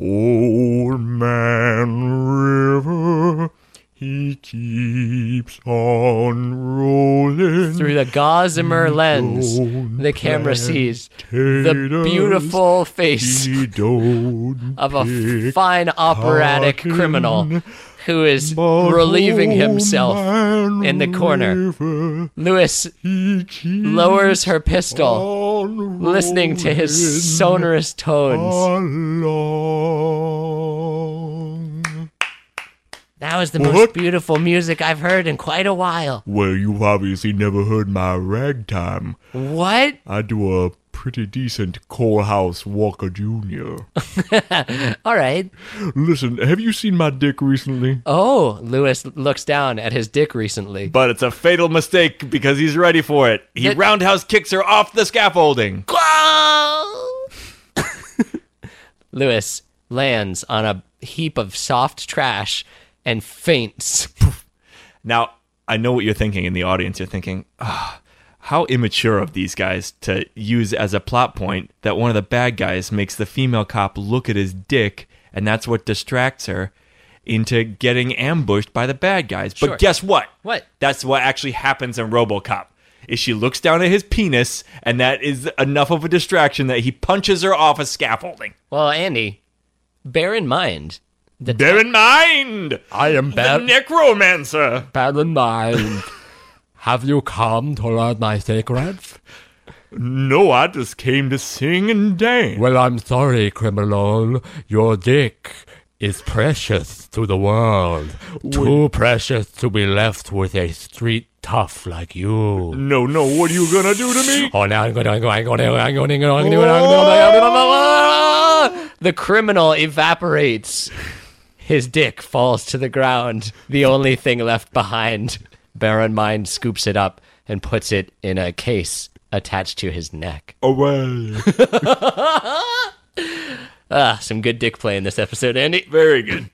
[SPEAKER 6] Old man river, he keeps on rolling.
[SPEAKER 1] Through the Gossamer lens, the camera sees the beautiful face
[SPEAKER 6] He don't
[SPEAKER 1] of a fine operatic criminal who is relieving himself
[SPEAKER 6] man
[SPEAKER 1] in the corner.
[SPEAKER 6] river,
[SPEAKER 1] Lewis
[SPEAKER 6] he keeps
[SPEAKER 1] lowers her pistol.
[SPEAKER 6] on
[SPEAKER 1] listening to his sonorous tones.
[SPEAKER 6] along.
[SPEAKER 3] That was the most beautiful music I've heard in quite a while.
[SPEAKER 6] Well, you've obviously never heard my ragtime.
[SPEAKER 1] What?
[SPEAKER 6] I do a pretty decent Cole House Walker Jr.
[SPEAKER 1] All right.
[SPEAKER 6] Listen, have you seen my dick recently?
[SPEAKER 1] Oh, Lewis looks down at his dick recently.
[SPEAKER 2] But it's a fatal mistake because he's ready for it. He
[SPEAKER 1] It-
[SPEAKER 2] roundhouse kicks her off the scaffolding.
[SPEAKER 1] Lewis lands on a heap of soft trash and faints.
[SPEAKER 2] Now, I know what you're thinking in the audience. You're thinking, ah, how immature of these guys to use as a plot point that one of the bad guys makes the female cop look at his dick, and that's what distracts her into getting ambushed by the bad guys.
[SPEAKER 1] Sure.
[SPEAKER 2] But guess what?
[SPEAKER 1] What?
[SPEAKER 2] That's what actually happens in RoboCop. Is she looks down at his penis, and that is enough of a distraction that he punches her off a scaffolding.
[SPEAKER 1] Well, Andy, bear in mind.
[SPEAKER 2] Bear in mind,
[SPEAKER 7] I am
[SPEAKER 2] the necromancer.
[SPEAKER 7] bad in mind. Have you come to learn my secrets?
[SPEAKER 6] No, I just came to sing and dance.
[SPEAKER 7] Well, I'm sorry, criminal. Your dick is precious to the world. Too precious to be left with a street tough like you.
[SPEAKER 6] No, Oh, no, what are you gonna do to me?
[SPEAKER 7] Oh, now I'm going to, I'm going to, I'm going to, I'm going to, I'm going to, I'm
[SPEAKER 1] The criminal evaporates. His dick falls to the ground. The only thing left behind. Bear in mind scoops it up and puts it in a case attached to his neck.
[SPEAKER 6] Oh, Away.
[SPEAKER 1] Ah, some good dick play in this episode, Andy.
[SPEAKER 2] Very good.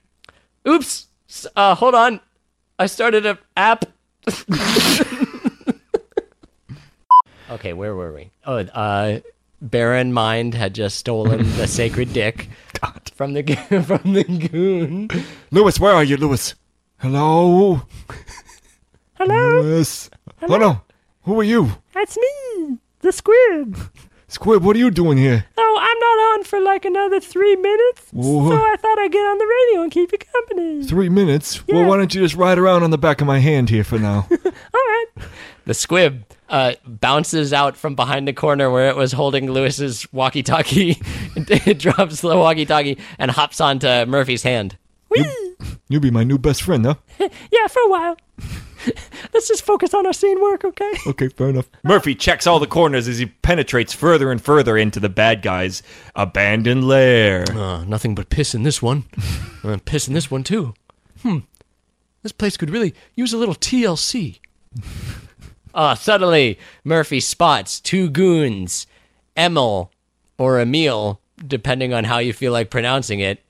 [SPEAKER 1] Oops. S- Uh, hold on. I started an app. okay, where were we? Oh, uh, Baron Mind had just stolen the sacred dick from the go- from the goon.
[SPEAKER 4] Lewis, where are you, Lewis? Hello? Hello? Lewis? Hello? Who are you?
[SPEAKER 5] That's me, the squib.
[SPEAKER 4] Squib, what are you doing here?
[SPEAKER 5] Oh, I'm not on for like another three minutes, so I thought I'd get on the radio and keep you company.
[SPEAKER 4] Three minutes? Well, why don't you just ride around on the back of my hand here for now?
[SPEAKER 5] All right.
[SPEAKER 1] The squib uh, bounces out from behind the corner where it was holding Lewis's walkie-talkie. it drops the walkie-talkie and hops onto Murphy's hand.
[SPEAKER 5] Whee!
[SPEAKER 4] You'll be my new best friend, huh?
[SPEAKER 5] Yeah, for a while. Let's just focus on our scene work, okay?
[SPEAKER 4] Okay, fair enough.
[SPEAKER 2] Murphy checks all the corners as he penetrates further and further into the bad guy's abandoned lair.
[SPEAKER 1] Uh, nothing but piss in this one. Uh, piss in this one too. Hmm. This place could really use a little TLC. uh, suddenly, Murphy spots two goons, Emil or Emil, depending on how you feel like pronouncing it,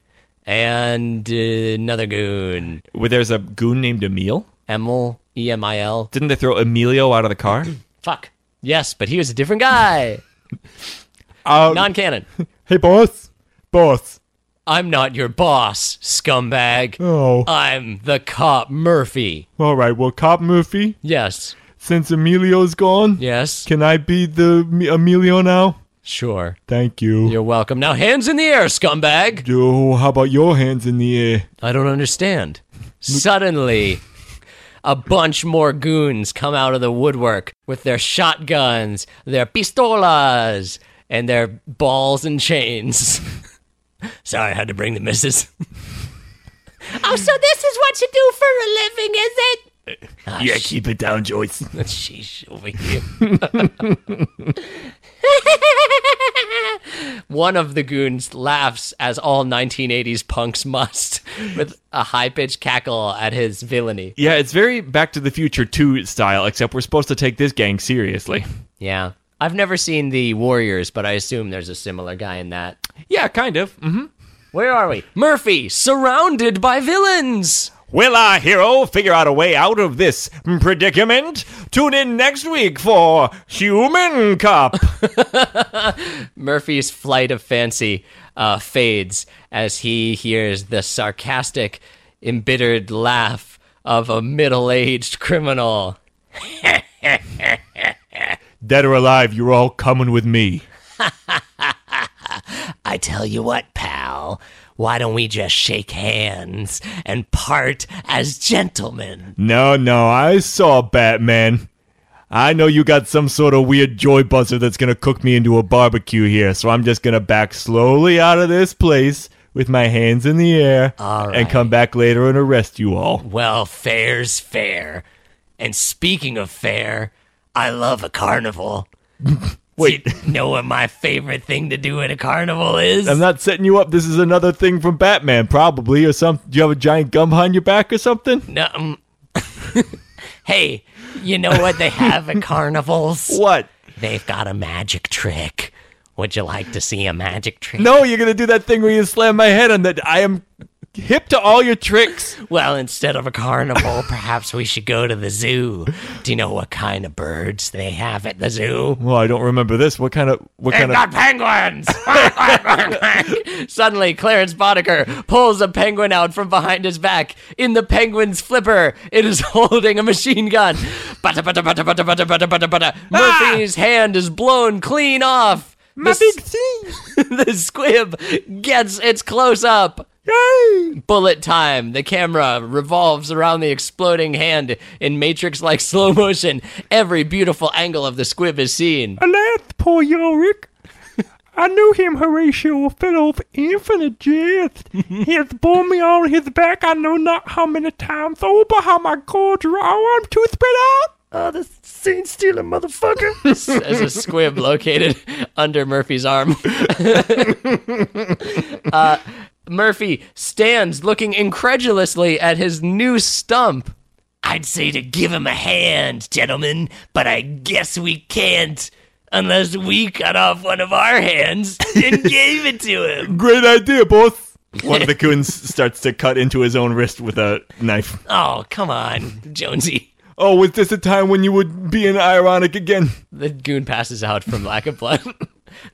[SPEAKER 1] and uh, another goon,
[SPEAKER 2] Where there's a goon named Emil.
[SPEAKER 1] Emil, E M I L.
[SPEAKER 2] Didn't they throw Emilio out of the car?
[SPEAKER 1] Fuck. Yes, but he was a different guy.
[SPEAKER 2] Um,
[SPEAKER 1] Non canon.
[SPEAKER 4] Hey, boss? Boss.
[SPEAKER 1] I'm not your boss, scumbag.
[SPEAKER 4] Oh.
[SPEAKER 1] I'm the cop, Murphy.
[SPEAKER 4] All right, well, Cop Murphy,
[SPEAKER 1] Yes.
[SPEAKER 4] since Emilio's gone,
[SPEAKER 1] Yes.
[SPEAKER 4] can I be the M- Emilio now?
[SPEAKER 1] Sure.
[SPEAKER 4] Thank you.
[SPEAKER 1] You're welcome. Now, hands in the air, scumbag.
[SPEAKER 4] Yo, how about your hands in the air?
[SPEAKER 1] I don't understand. Suddenly, a bunch more goons come out of the woodwork with their shotguns, their pistolas, and their balls and chains. Sorry, I had to bring the missus.
[SPEAKER 3] Oh, so this is what you do for a living, is it?
[SPEAKER 6] Yeah, keep it down, Joyce.
[SPEAKER 1] Sheesh, over here. One of the goons laughs as all 1980s punks must with a high pitched cackle at his villainy.
[SPEAKER 2] Yeah, it's very Back to the Future 2 style, except we're supposed to take this gang seriously.
[SPEAKER 1] Yeah. I've never seen the Warriors, but I assume there's a similar guy in that.
[SPEAKER 2] Yeah, kind of. hmm
[SPEAKER 1] Mm-hmm. Where are we? Murphy, surrounded by villains.
[SPEAKER 2] Will our hero figure out a way out of this predicament? Tune in next week for Human Cop.
[SPEAKER 1] Murphy's flight of fancy uh, fades as he hears the sarcastic, embittered laugh of a middle aged criminal.
[SPEAKER 6] Dead or alive, you're all coming with me.
[SPEAKER 3] I tell you what, pal, why don't we just shake hands and part as gentlemen?
[SPEAKER 6] No, no, I saw Batman. I know you got some sort of weird joy buzzer that's gonna cook me into a barbecue here, so I'm just gonna back slowly out of this place with my hands in the air and come back later and arrest you all.
[SPEAKER 3] Well, fair's fair. And speaking of fair, I love a carnival. Wait. You know what my favorite thing to do at a carnival is?
[SPEAKER 6] I'm not setting you up. This is another thing from Batman, probably, or something. Do you have a giant gum behind your back or something?
[SPEAKER 3] No, um, hey, you know what they have at carnivals?
[SPEAKER 6] What?
[SPEAKER 3] They've got a magic trick. Would you like to see a magic trick?
[SPEAKER 6] No, you're gonna do that thing where you slam my head on that. I am hip to all your tricks.
[SPEAKER 3] Well, instead of a carnival, perhaps we should go to the zoo. Do you know what kind of birds they have at the zoo?
[SPEAKER 6] Well, I don't remember this. What kind of? What kind of?
[SPEAKER 3] penguins!
[SPEAKER 1] Suddenly, Clarence Boddicker pulls a penguin out from behind his back. In the penguin's flipper, it is holding a machine gun. Butta, butta, butta, butta, butta, butta, butta, butta. Murphy's hand is blown clean off. Ah! My big the squib gets its close up. Bullet time. The camera revolves around the exploding hand in matrix like slow motion. Every beautiful angle of the squib is seen.
[SPEAKER 4] Alas, poor Yorick. I knew him, Horatio, a fellow of infinite jest. He has borne me on his back, I know not how many times over. How my cords are oh, I'm too spread out.
[SPEAKER 8] Oh, this scene stealer motherfucker.
[SPEAKER 1] as a squib located under Murphy's arm. uh,
[SPEAKER 3] Uh,
[SPEAKER 1] Murphy stands looking incredulously at his new stump.
[SPEAKER 3] I'd say to give him a hand, gentlemen, but I guess we can't unless we cut off one of our hands and gave it to him.
[SPEAKER 6] Great idea, boss. One of the coons starts to cut into his own wrist with a knife.
[SPEAKER 3] Oh, come on, Jonesy.
[SPEAKER 6] Oh, was this a time when you would be an ironic again?
[SPEAKER 1] The goon passes out from lack of blood.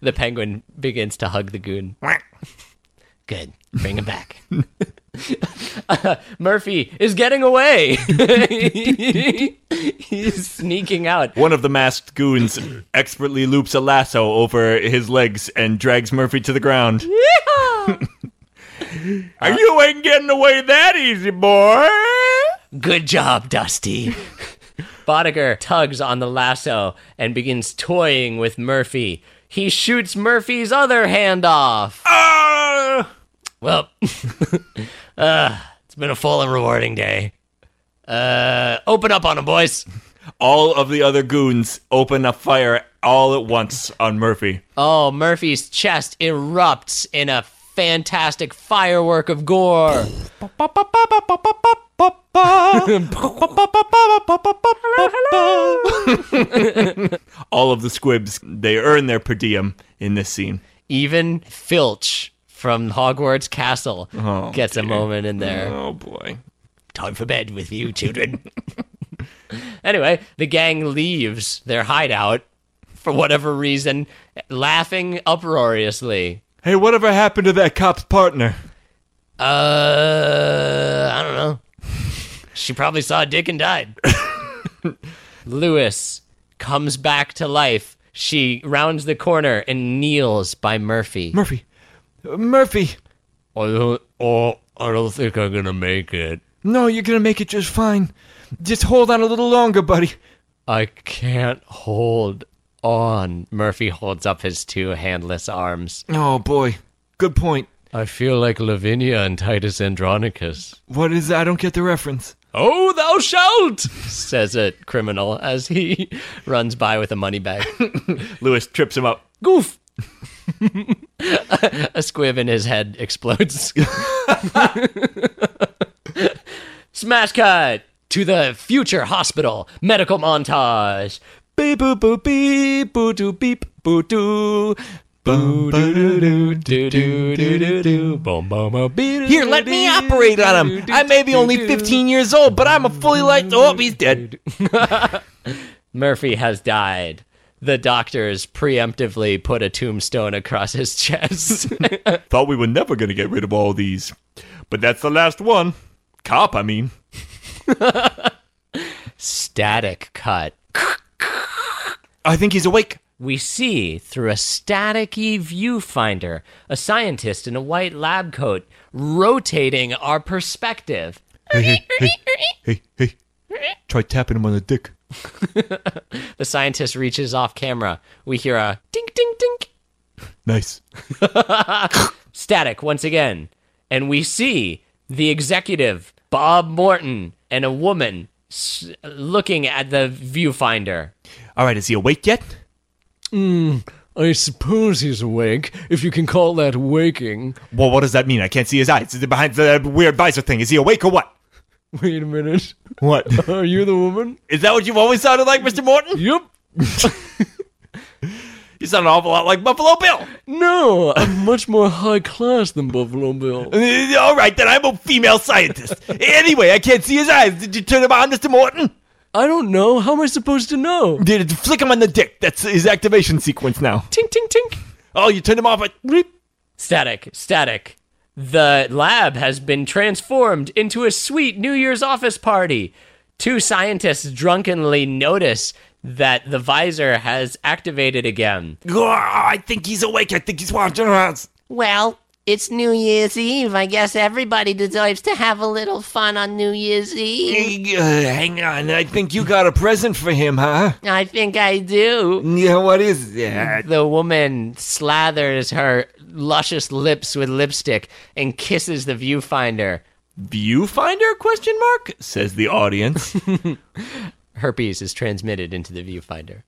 [SPEAKER 1] The penguin begins to hug the goon. Good. Bring him back. Murphy is getting away. He's sneaking out.
[SPEAKER 2] One of the masked goons expertly loops a lasso over his legs and drags Murphy to the ground. you ain't getting away that easy, boy.
[SPEAKER 1] Good job, Dusty. Boddicker tugs on the lasso and begins toying with Murphy. He shoots Murphy's other hand off.
[SPEAKER 2] Ah!
[SPEAKER 4] Ah,
[SPEAKER 3] Well, uh, it's been a full and rewarding day. Uh, open up on him, boys.
[SPEAKER 2] All of the other goons open a fire all at once on Murphy.
[SPEAKER 1] Oh, Murphy's chest erupts in a fantastic firework of gore.
[SPEAKER 2] All of the squibs, they earn their per diem in this scene.
[SPEAKER 1] Even Filch from Hogwarts Castle gets a moment in there.
[SPEAKER 2] Oh boy.
[SPEAKER 3] Time for bed with you, children.
[SPEAKER 1] Anyway, the gang leaves their hideout for whatever reason, laughing uproariously.
[SPEAKER 2] Hey, whatever happened to that cop's partner?
[SPEAKER 3] Uh, I don't know. She probably saw a dick and died.
[SPEAKER 1] Lewis comes back to life. She rounds the corner and kneels by Murphy.
[SPEAKER 2] Murphy. Murphy.
[SPEAKER 7] I don't, oh, I don't think I'm gonna make it.
[SPEAKER 2] No, you're gonna make it just fine. Just hold on a little longer, buddy.
[SPEAKER 1] I can't hold on. Murphy holds up his two handless arms.
[SPEAKER 2] Oh boy. Good point.
[SPEAKER 1] I feel like Lavinia and Titus Andronicus.
[SPEAKER 2] What is that? I don't get the reference.
[SPEAKER 1] Oh, thou shalt, says a criminal as he runs by with a money bag.
[SPEAKER 2] Lewis trips him up.
[SPEAKER 1] Goof! a squib in his head explodes. Smash cut to the future hospital medical montage. Beep boop boop beep boo doo beep boo doo. Boo doo doo doo doo doo doo doo doo. Boom boom boom.
[SPEAKER 2] Here, let me operate on him. I may be only 15 years old, but I'm a fully licensed. Oh, he's dead.
[SPEAKER 1] Murphy has died. The doctors preemptively put a tombstone across his chest.
[SPEAKER 2] Thought we were never going to get rid of all these. But that's the last one. Cop, I mean.
[SPEAKER 1] Static cut.
[SPEAKER 2] I think he's awake.
[SPEAKER 1] we see through a staticky viewfinder a scientist in a white lab coat rotating our perspective.
[SPEAKER 2] Hey, hey, hey, hey, hey. Try tapping him on the dick.
[SPEAKER 1] The scientist reaches off camera. We hear a dink dink dink
[SPEAKER 2] Nice.
[SPEAKER 1] static once again, and we see the executive Bob Morton and a woman s- looking at the viewfinder.
[SPEAKER 2] All right, is he awake yet?
[SPEAKER 1] Mm. I suppose he's awake, if you can call that waking.
[SPEAKER 2] Well, what does that mean? I can't see his eyes. Is it behind the weird visor thing? Is he awake or what?
[SPEAKER 7] Wait a minute.
[SPEAKER 2] What?
[SPEAKER 7] Are you the woman?
[SPEAKER 2] Is that what you've always sounded like, Mr. Morton?
[SPEAKER 7] Yep.
[SPEAKER 2] You sound an awful lot like Buffalo Bill.
[SPEAKER 7] No, I'm much more high class than Buffalo Bill.
[SPEAKER 2] Uh, All right, then I'm a female scientist. anyway, I can't see his eyes. Did you turn him on, Mr. Morton?
[SPEAKER 7] I don't know. How am I supposed to know?
[SPEAKER 2] Did flick him on the dick? That's his activation sequence now.
[SPEAKER 1] Tink tink tink.
[SPEAKER 2] Oh, you turned him off. At,
[SPEAKER 1] Static, static. The lab has been transformed into a sweet New Year's office party. Two scientists drunkenly notice that the visor has activated again.
[SPEAKER 2] I think he's awake. I think he's watching us.
[SPEAKER 3] Well, it's New Year's Eve. I guess everybody deserves to have a little fun on New Year's Eve.
[SPEAKER 2] hang on. I think you got a present for him, huh?
[SPEAKER 3] I think I do.
[SPEAKER 2] Yeah, what is that?
[SPEAKER 1] The woman slathers her luscious lips with lipstick and kisses the viewfinder.
[SPEAKER 2] Viewfinder question mark? Says the audience.
[SPEAKER 1] Herpes is transmitted into the viewfinder.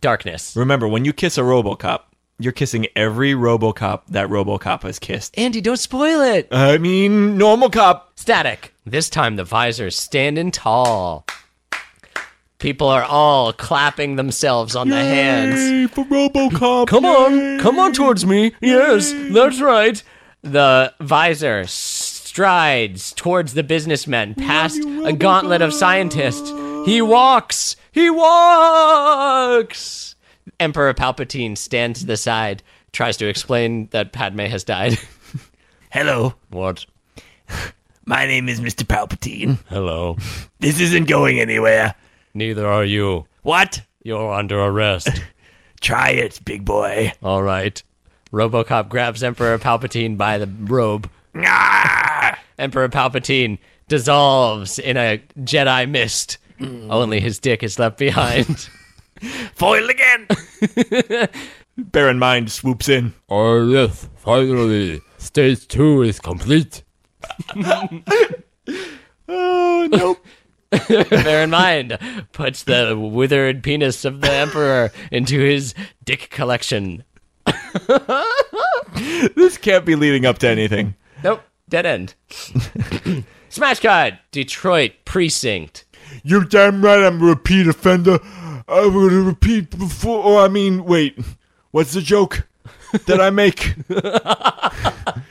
[SPEAKER 1] Darkness.
[SPEAKER 2] Remember, when you kiss a Robocop, you're kissing every Robocop that Robocop has kissed.
[SPEAKER 1] Andy, don't spoil it.
[SPEAKER 2] I mean, normal cop.
[SPEAKER 1] Static. This time the visor's standing tall. People are all clapping themselves on the hands.
[SPEAKER 2] for Robocop.
[SPEAKER 7] Come on, come on towards me. Yes, that's right.
[SPEAKER 1] The visor strides towards the businessmen past a gauntlet of scientists. He walks. He walks. Emperor Palpatine stands to the side, tries to explain that Padme has died.
[SPEAKER 6] Hello,
[SPEAKER 1] what?
[SPEAKER 6] my name is Mr. Palpatine.
[SPEAKER 1] Hello.
[SPEAKER 6] This isn't going anywhere.
[SPEAKER 1] Neither are you.
[SPEAKER 6] What?
[SPEAKER 1] You're under arrest.
[SPEAKER 6] Try it, big boy.
[SPEAKER 1] All right. RoboCop grabs Emperor Palpatine by the robe. Emperor Palpatine dissolves in a Jedi mist.
[SPEAKER 6] Mm.
[SPEAKER 1] Only his dick is left behind.
[SPEAKER 6] Foiled again.
[SPEAKER 2] Baron Mind swoops in.
[SPEAKER 7] Oh, yes, finally. Stage two is complete.
[SPEAKER 2] Oh,
[SPEAKER 1] Bear in mind, puts the withered penis of the Emperor into his dick collection.
[SPEAKER 2] This can't be leading up to anything.
[SPEAKER 1] Nope, dead end. Smash card, Detroit precinct.
[SPEAKER 2] You're damn right I'm a repeat offender. I would repeat before. Oh, I mean, wait. What's the joke that I make?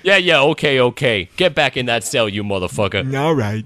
[SPEAKER 1] Yeah, yeah, okay, okay. Get back in that cell, you motherfucker.
[SPEAKER 2] All right.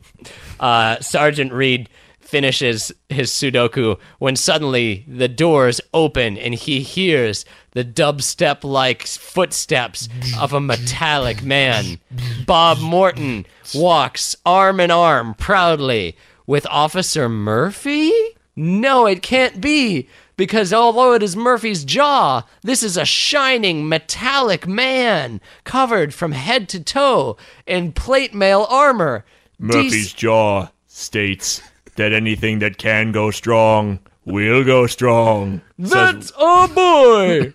[SPEAKER 1] Uh, Sergeant Reed finishes his Sudoku when suddenly the doors open and he hears the dubstep like footsteps of a metallic man. Bob Morton walks arm in arm proudly with Officer Murphy? No, it can't be. Because although it is Murphy's jaw, this is a shining metallic man covered from head to toe in plate mail armor.
[SPEAKER 6] Murphy's Jaw states that anything that can go strong will go strong.
[SPEAKER 1] That's a boy.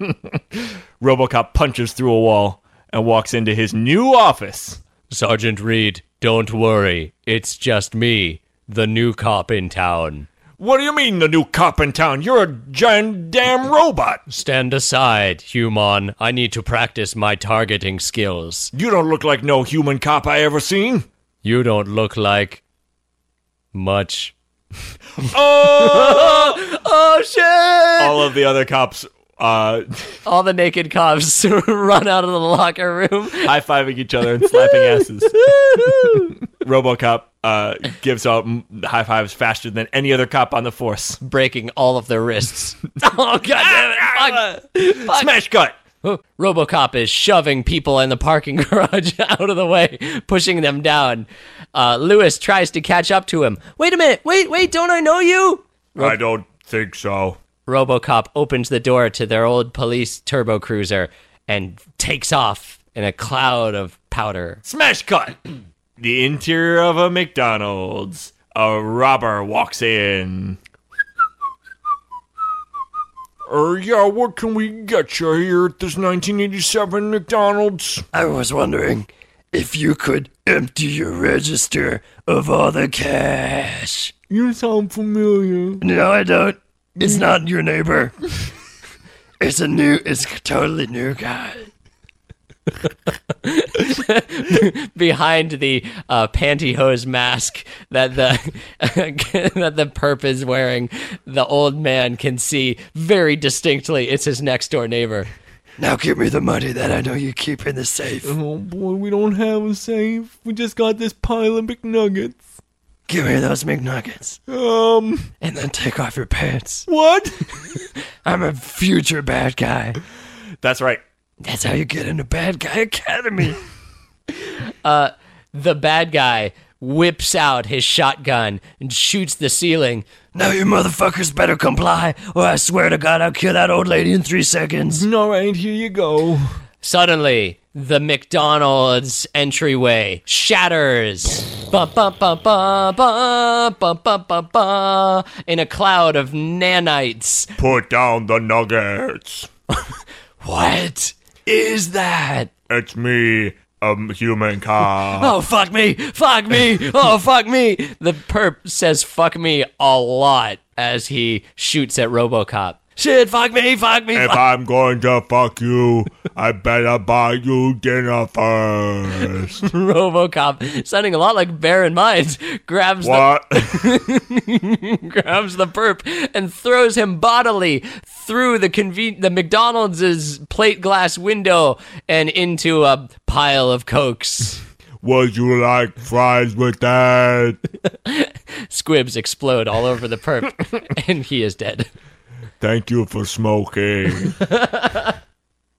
[SPEAKER 2] Robocop punches through a wall and walks into his new office.
[SPEAKER 1] Sergeant Reed, don't worry. It's just me, the new cop in town.
[SPEAKER 2] What do you mean, the new cop in town? You're a giant damn robot.
[SPEAKER 1] Stand aside, human. I need to practice my targeting skills.
[SPEAKER 2] You don't look like no human cop I ever seen.
[SPEAKER 1] You don't look like much. oh! oh shit!
[SPEAKER 2] All of the other cops uh,
[SPEAKER 1] All the naked cops run out of the locker room.
[SPEAKER 2] high fiving each other and slapping asses. Robocop uh, gives out m- high fives faster than any other cop on the force.
[SPEAKER 1] breaking all of their wrists. oh god
[SPEAKER 2] Ah!
[SPEAKER 1] damn it! Fuck. Fuck.
[SPEAKER 2] Smash cut.
[SPEAKER 1] RoboCop is shoving people in the parking garage out of the way, pushing them down. Uh, Lewis tries to catch up to him. Wait a minute! Wait, wait! Don't I know you?
[SPEAKER 6] I don't think so.
[SPEAKER 1] RoboCop opens the door to their old police turbo cruiser and takes off in a cloud of powder.
[SPEAKER 2] Smash cut.
[SPEAKER 6] The interior of a McDonald's. A robber walks in.
[SPEAKER 2] Er, yeah, what can we get you here at this 1987 McDonald's?
[SPEAKER 8] I was wondering if you could empty your register of all the cash.
[SPEAKER 2] You sound familiar.
[SPEAKER 8] No, I don't. It's not your neighbor. It's a new, it's a totally new guy.
[SPEAKER 1] behind the uh, pantyhose mask that the that the perp is wearing, the old man can see very distinctly. It's his next door neighbor.
[SPEAKER 8] Now give me the money that I know you keep in the safe.
[SPEAKER 2] Oh boy, we don't have a safe. We just got this pile of McNuggets.
[SPEAKER 8] Give me those McNuggets
[SPEAKER 2] Um,
[SPEAKER 8] and then take off your pants.
[SPEAKER 2] what?
[SPEAKER 8] I'm a future bad guy.
[SPEAKER 2] That's right.
[SPEAKER 8] That's how you get into Bad Guy Academy.
[SPEAKER 1] Uh, The bad guy whips out his shotgun and shoots the ceiling.
[SPEAKER 8] Now you motherfuckers better comply, or I swear to God I'll kill that old lady in three seconds.
[SPEAKER 2] All right, here you go.
[SPEAKER 1] Suddenly, the McDonald's entryway shatters. Ba ba ba ba ba ba ba ba ba in a cloud of nanites.
[SPEAKER 6] Put down the nuggets.
[SPEAKER 1] What is that?
[SPEAKER 6] It's me, a human cop.
[SPEAKER 1] Oh fuck me! Fuck me! Oh fuck me! The perp says "fuck me" a lot as he shoots at RoboCop. Shit! Fuck me! Fuck me!
[SPEAKER 6] if
[SPEAKER 1] Fuck.
[SPEAKER 6] I'm going to fuck you, I better buy you dinner first.
[SPEAKER 1] RoboCop, sounding a lot like Bear in Mind, grabs
[SPEAKER 6] What?
[SPEAKER 1] the grabs the perp and throws him bodily through the conven- the McDonald's plate glass window and into a pile of cokes.
[SPEAKER 6] Would you like fries with that?
[SPEAKER 1] Squibs explode all over the perp, and he is dead.
[SPEAKER 6] Thank you for smoking.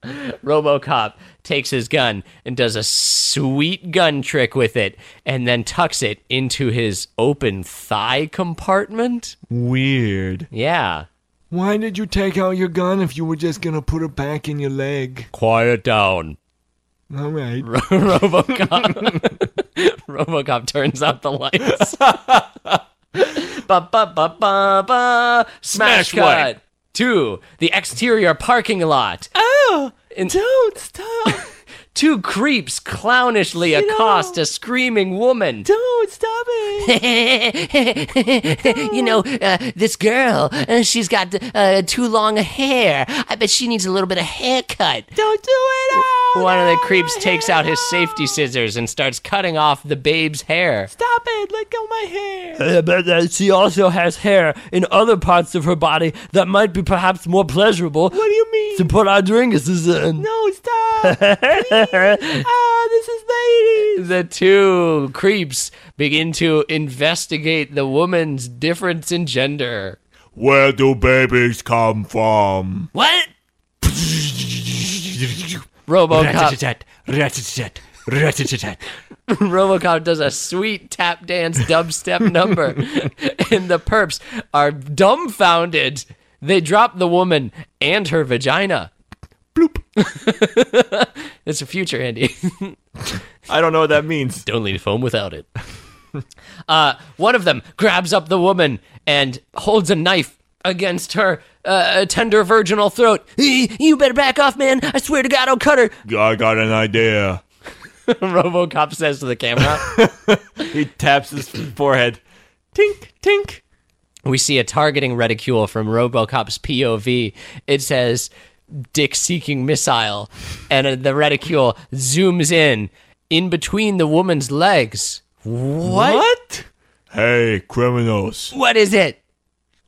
[SPEAKER 1] RoboCop takes his gun and does a sweet gun trick with it and then tucks it into his open thigh compartment.
[SPEAKER 2] Weird.
[SPEAKER 1] Yeah.
[SPEAKER 4] Why did you take out your gun if you were just gonna put it back in your leg?
[SPEAKER 1] Quiet down.
[SPEAKER 4] All right.
[SPEAKER 1] RoboCop. RoboCop turns out the lights. ba, ba, ba, ba, ba. Smash,
[SPEAKER 2] Smash
[SPEAKER 1] cut to the exterior parking lot.
[SPEAKER 5] Oh,
[SPEAKER 1] And-
[SPEAKER 5] don't stop.
[SPEAKER 1] Two creeps clownishly accost a screaming woman.
[SPEAKER 5] Don't stop it.
[SPEAKER 3] you know, uh, this girl, uh, she's got uh, too long a hair. I bet she needs a little bit of haircut.
[SPEAKER 5] Don't do it. Oh,
[SPEAKER 1] One of the
[SPEAKER 5] no,
[SPEAKER 1] creeps
[SPEAKER 5] my
[SPEAKER 1] takes
[SPEAKER 5] hair.
[SPEAKER 1] out his safety scissors and starts cutting off the babe's hair.
[SPEAKER 5] Stop it. Let go my hair. but uh, she also has hair in other parts of her body that might be perhaps more pleasurable. What do you mean? To put our drinks in. No, stop. ah, this is ladies.
[SPEAKER 1] The two creeps begin to investigate the woman's difference in gender.
[SPEAKER 6] Where do babies come from?
[SPEAKER 3] What?
[SPEAKER 1] RoboCop
[SPEAKER 6] Rat-a-tat, rat-a-tat.
[SPEAKER 1] RoboCop does a sweet tap dance dubstep number, and the perps are dumbfounded. They drop the woman and her vagina. Bloop. It's a future, Andy.
[SPEAKER 2] I don't know what that means.
[SPEAKER 1] Don't leave home without it. uh, one of them grabs up the woman and holds a knife against her uh, tender virginal throat.
[SPEAKER 3] Eh, You better back off, man. I swear to God, I'll cut her.
[SPEAKER 6] I got an idea.
[SPEAKER 1] RoboCop says to the camera.
[SPEAKER 2] He taps his forehead. Tink, tink.
[SPEAKER 1] we see a targeting reticule from RoboCop's POV. It says "dick seeking missile," and uh, the reticule zooms in in between the woman's legs.
[SPEAKER 2] What?
[SPEAKER 6] Hey, criminals,
[SPEAKER 1] What is it?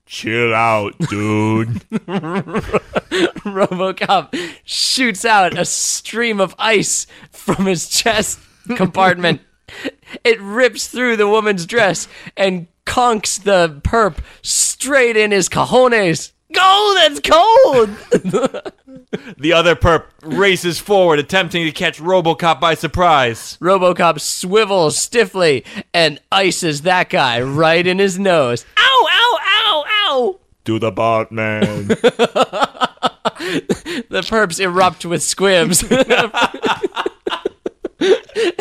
[SPEAKER 6] chill out, dude.
[SPEAKER 1] RoboCop shoots out a stream of ice from his chest compartment. It rips through the woman's dress and conks the perp straight in his cojones. Oh, that's cold.
[SPEAKER 2] The other perp races forward, attempting to catch Robocop by surprise.
[SPEAKER 1] RoboCop swivels stiffly and ices that guy right in his nose. Ow! Ow! Ow! Ow!
[SPEAKER 6] Do the bot, man.
[SPEAKER 1] The perps erupt with squibs,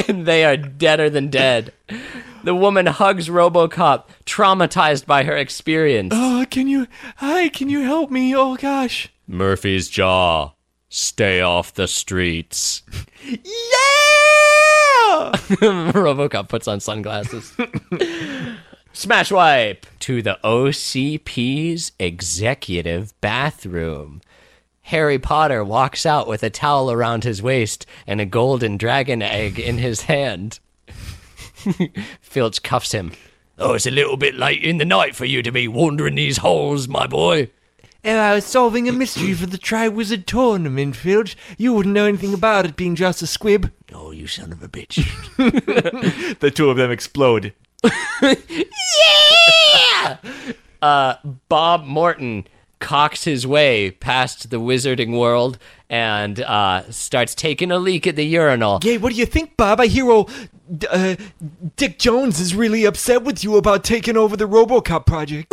[SPEAKER 1] and they are deader than dead. The woman hugs RoboCop, traumatized by her experience.
[SPEAKER 2] Oh, can you? Hi, can you help me? Oh gosh.
[SPEAKER 1] Murphy's jaw. Ah, Stay off the streets.
[SPEAKER 2] Yeah.
[SPEAKER 1] RoboCop puts on sunglasses. Smash wipe to the OCP's executive bathroom. Harry Potter walks out with a towel around his waist and a golden dragon egg in his hand. Filch cuffs him.
[SPEAKER 3] Oh, it's a little bit late in the night for you to be wandering these halls, my boy.
[SPEAKER 2] I was solving a mystery for the Triwizard Tournament, Filch. You wouldn't know anything about it, being just a squib.
[SPEAKER 3] Oh, you son of a bitch.
[SPEAKER 2] The two of them explode.
[SPEAKER 1] uh, Bob Morton cocks his way past the wizarding world and uh, starts taking a leak at the urinal.
[SPEAKER 2] Hey, what do you think, Bob? I hear old uh, Dick Jones is really upset with you about taking over the RoboCop project.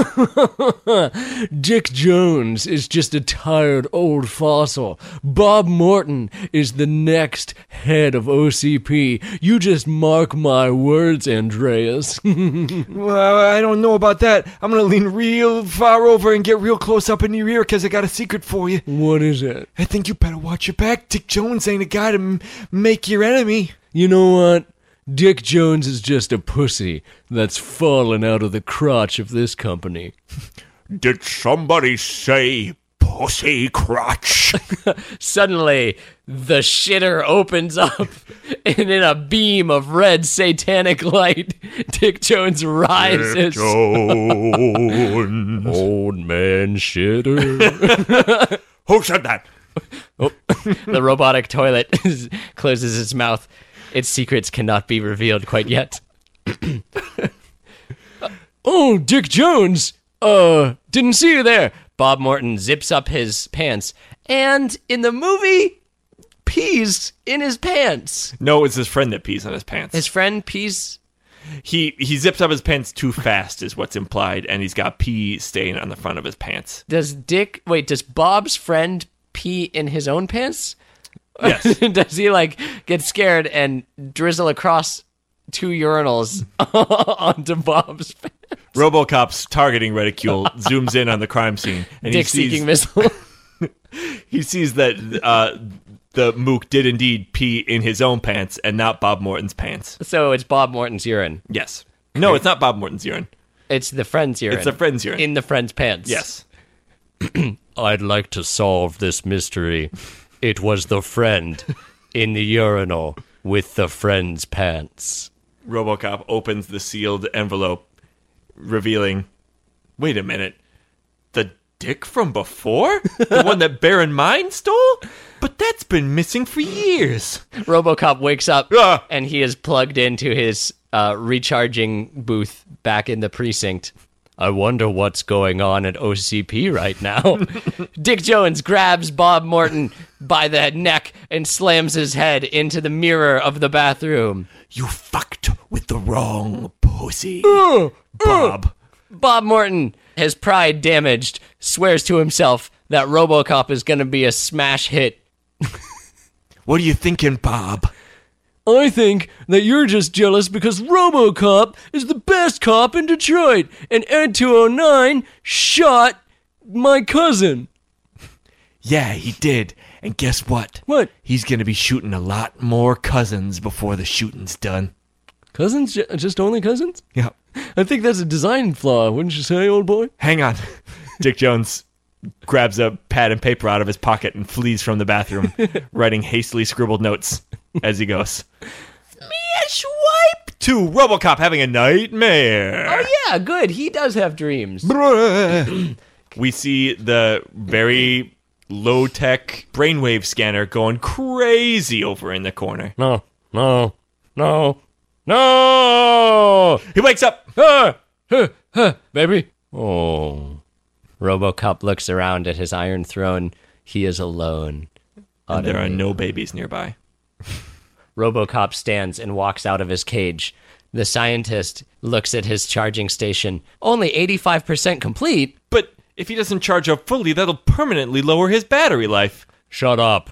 [SPEAKER 1] Dick Jones is just a tired old fossil. Bob Morton is the next head of OCP. You just mark my words, Andreas.
[SPEAKER 2] Well, I don't know about that. I'm gonna lean real far over and get real close up in your ear because I got a secret for you.
[SPEAKER 1] what is it?
[SPEAKER 2] I think you better watch your back. Dick Jones ain't a guy to m- make your enemy.
[SPEAKER 1] You know what? Dick Jones is just a pussy that's fallen out of the crotch of this company.
[SPEAKER 6] Did somebody say pussy crotch?
[SPEAKER 1] Suddenly, the shitter opens up, and in a beam of red satanic light, Dick Jones rises.
[SPEAKER 6] Jones.
[SPEAKER 1] Old man shitter.
[SPEAKER 6] Who said that?
[SPEAKER 1] Oh, the robotic toilet closes its mouth. Its secrets cannot be revealed quite yet. oh, Dick Jones! Uh, didn't see you there. Bob Morton zips up his pants and in the movie pees in his pants.
[SPEAKER 2] No, it's his friend that pees on his pants.
[SPEAKER 1] His friend pees
[SPEAKER 2] he he zips up his pants too fast is what's implied, and he's got pee stain on the front of his pants.
[SPEAKER 1] does Dick wait, does Bob's friend pee in his own pants?
[SPEAKER 2] Yes.
[SPEAKER 1] does he like get scared and drizzle across two urinals onto Bob's pants?
[SPEAKER 2] RoboCop's targeting reticule zooms in on the crime scene, and
[SPEAKER 1] Dick
[SPEAKER 2] he
[SPEAKER 1] seeking
[SPEAKER 2] sees
[SPEAKER 1] missile.
[SPEAKER 2] he sees that uh, the mook did indeed pee in his own pants and not Bob Morton's pants.
[SPEAKER 1] so it's Bob Morton's urine.
[SPEAKER 2] Yes. No, it's not Bob Morton's urine.
[SPEAKER 1] It's the friend's urine.
[SPEAKER 2] It's a friend's urine.
[SPEAKER 1] in the friend's pants.
[SPEAKER 2] yes.
[SPEAKER 3] I'd like to solve this mystery. It was the friend in the urinal with the friend's pants.
[SPEAKER 2] RoboCop opens the sealed envelope, revealing, "Wait a minute, the dick from before, the one that Baron Mine stole, but that's been missing for years."
[SPEAKER 1] RoboCop wakes up
[SPEAKER 2] Ah.
[SPEAKER 1] and he is plugged into his uh, recharging booth back in the precinct. I wonder what's going on at OCP right now. Dick Jones grabs Bob Morton by the neck and slams his head into the mirror of the bathroom.
[SPEAKER 2] You fucked with the wrong pussy, Bob.
[SPEAKER 1] Uh, Bob Morton, his pride damaged, swears to himself that RoboCop is going to be a smash hit
[SPEAKER 2] What are you thinking, Bob?
[SPEAKER 5] I think that you're just jealous because RoboCop is the best cop in Detroit, and Ed 209 shot my cousin.
[SPEAKER 2] Yeah, he did. And guess what?
[SPEAKER 5] What?
[SPEAKER 2] He's gonna be shooting a lot more cousins before the shooting's done.
[SPEAKER 5] Cousins? Ju- Just only cousins?
[SPEAKER 2] Yeah.
[SPEAKER 5] I think that's a design flaw, wouldn't you say, old boy?
[SPEAKER 2] Hang on. Dick Jones grabs a pad and paper out of his pocket and flees from the bathroom, writing hastily scribbled notes as he goes. Smash wipe to Robocop having a
[SPEAKER 5] Oh,
[SPEAKER 2] nightmare.
[SPEAKER 1] Yeah, good. He does have dreams.
[SPEAKER 2] we see the very low tech brainwave scanner going crazy over in the corner.
[SPEAKER 7] No, no, no, no!
[SPEAKER 2] He wakes up.
[SPEAKER 7] Ah, huh, huh, baby.
[SPEAKER 1] Oh. RoboCop looks around at his iron throne. He is alone.
[SPEAKER 2] There are no babies nearby.
[SPEAKER 1] RoboCop stands and walks out of his cage. The scientist looks at his charging station, only 85% complete.
[SPEAKER 2] But if he doesn't charge up fully, that'll permanently lower his battery life.
[SPEAKER 7] Shut up.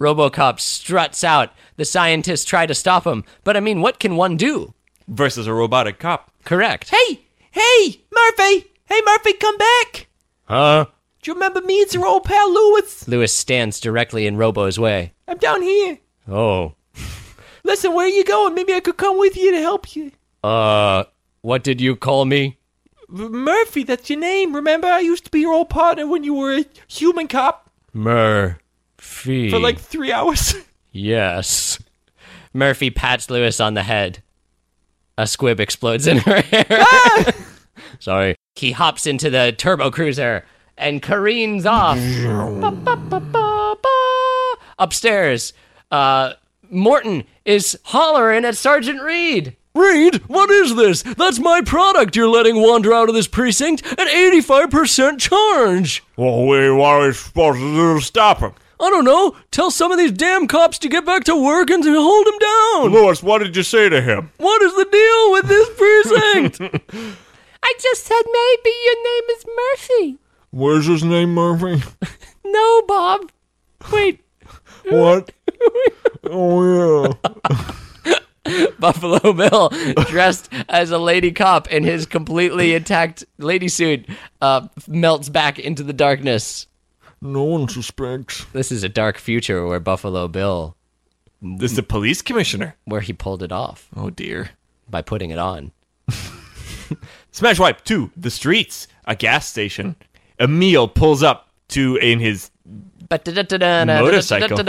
[SPEAKER 1] RoboCop struts out. The scientists try to stop him, but I mean, what can one do?
[SPEAKER 2] Versus a robotic cop.
[SPEAKER 1] Correct.
[SPEAKER 2] Hey, hey, Murphy! Hey, Murphy, come back!
[SPEAKER 7] Huh?
[SPEAKER 2] Do you remember me? It's your old pal Lewis.
[SPEAKER 1] Lewis stands directly in Robo's way.
[SPEAKER 2] I'm down here.
[SPEAKER 7] Oh.
[SPEAKER 2] Listen, where are you going? Maybe I could come with you to help you.
[SPEAKER 1] Uh, what did you call me?
[SPEAKER 2] Murphy, that's your name. Remember, I used to be your old partner when you were a human cop
[SPEAKER 7] Murphy.
[SPEAKER 2] for like three hours.
[SPEAKER 1] Yes. Murphy pats Lewis on the head. A squib explodes in her hair.
[SPEAKER 7] Sorry.
[SPEAKER 1] he hops into the turbo cruiser and careens off Ba, ba, ba, ba, ba. upstairs. Uh, Morton is hollering at Sergeant Reed.
[SPEAKER 5] Reed, what is this? That's my product you're letting wander out of this precinct at 85% charge.
[SPEAKER 6] Well, we were supposed to do to stop him.
[SPEAKER 5] I don't know. Tell some of these damn cops to get back to work and to hold him down.
[SPEAKER 6] Lewis, what did you say to him?
[SPEAKER 5] What is the deal with this precinct?
[SPEAKER 9] I just said maybe your name is Murphy.
[SPEAKER 6] Where's his name, Murphy?
[SPEAKER 9] No, Bob. Wait,
[SPEAKER 6] What? oh, yeah.
[SPEAKER 1] Buffalo Bill, dressed as a lady cop in his completely intact lady suit, uh, melts back into the darkness.
[SPEAKER 6] No one suspects.
[SPEAKER 1] This is a dark future where Buffalo Bill,
[SPEAKER 2] this is the police commissioner.
[SPEAKER 1] where he pulled it off
[SPEAKER 2] Oh dear.
[SPEAKER 1] by putting it on.
[SPEAKER 2] Smash wipe to the streets, a gas station. Emil pulls up to in his
[SPEAKER 1] Motorcycle.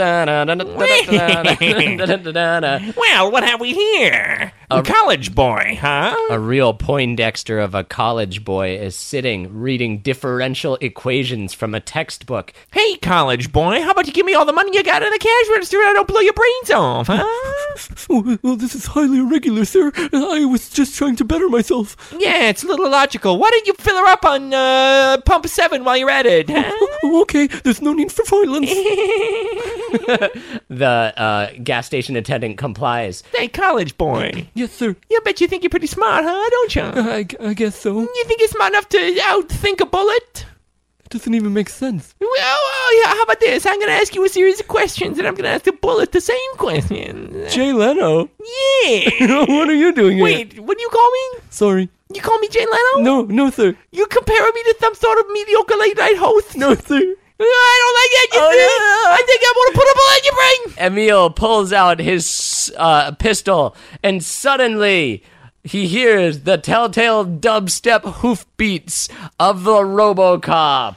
[SPEAKER 2] Well, what have we here? A college boy, huh?
[SPEAKER 1] a real Poindexter of a college boy is sitting reading differential equations from a textbook.
[SPEAKER 2] Hey, college boy, how about you give me all the money you got in the cash register and I don't blow your brains off, huh?
[SPEAKER 8] Oh, well, this is highly irregular, sir. I was just trying to better myself.
[SPEAKER 9] Yeah, it's a little illogical. Why don't you fill her up on uh, pump seven while you're at it?
[SPEAKER 8] Oh, okay, there's no need for violence.
[SPEAKER 1] The uh, gas station attendant complies.
[SPEAKER 9] hey, college boy.
[SPEAKER 8] yes, sir.
[SPEAKER 9] You bet you think you're pretty smart, huh? Don't you?
[SPEAKER 8] I, I guess so.
[SPEAKER 9] You think you're smart enough to outthink a bullet?
[SPEAKER 8] It doesn't even make sense.
[SPEAKER 9] Well, oh, yeah, how about this? I'm going to ask you a series of questions, and I'm going to ask the bullet the same question.
[SPEAKER 8] Jay Leno?
[SPEAKER 9] Yeah.
[SPEAKER 8] what are you doing here?
[SPEAKER 9] Wait, what do you call me?
[SPEAKER 8] Sorry.
[SPEAKER 9] You call me Jay Leno?
[SPEAKER 8] No, no, sir.
[SPEAKER 9] You compare me to some sort of mediocre late night host?
[SPEAKER 8] No, sir.
[SPEAKER 9] I don't like that. You
[SPEAKER 1] Oh, yeah.
[SPEAKER 9] see? I think I want to put a bullet in your brain.
[SPEAKER 1] Emil pulls out his uh, pistol, and suddenly he hears the telltale dubstep hoofbeats of the RoboCop.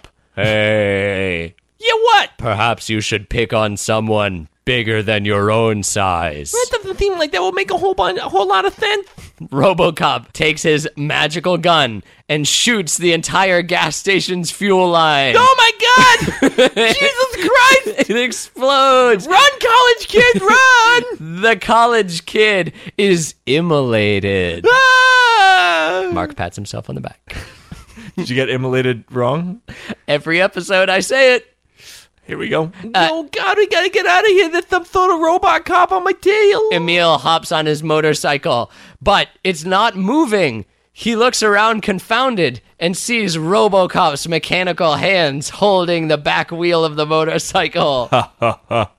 [SPEAKER 1] Hey,
[SPEAKER 9] Yeah, what?
[SPEAKER 1] perhaps you should pick on someone bigger than your own size.
[SPEAKER 9] That doesn't seem like that will make a whole bunch, a whole lot of sense.
[SPEAKER 1] RoboCop takes his magical gun and shoots the entire gas station's fuel line.
[SPEAKER 9] Oh my God! Jesus Christ!
[SPEAKER 1] It explodes.
[SPEAKER 9] Run, college kid, run!
[SPEAKER 1] The college kid is immolated.
[SPEAKER 9] Ah!
[SPEAKER 1] Mark pats himself on the back.
[SPEAKER 9] Did you get immolated wrong?
[SPEAKER 1] Every episode I say it. Uh,
[SPEAKER 9] Here we go. oh God, we gotta get out of here. There's some sort of robot cop on my tail.
[SPEAKER 1] Emil hops on his motorcycle, but it's not moving. He looks around confounded and sees Robocop's mechanical hands holding the back wheel of the motorcycle.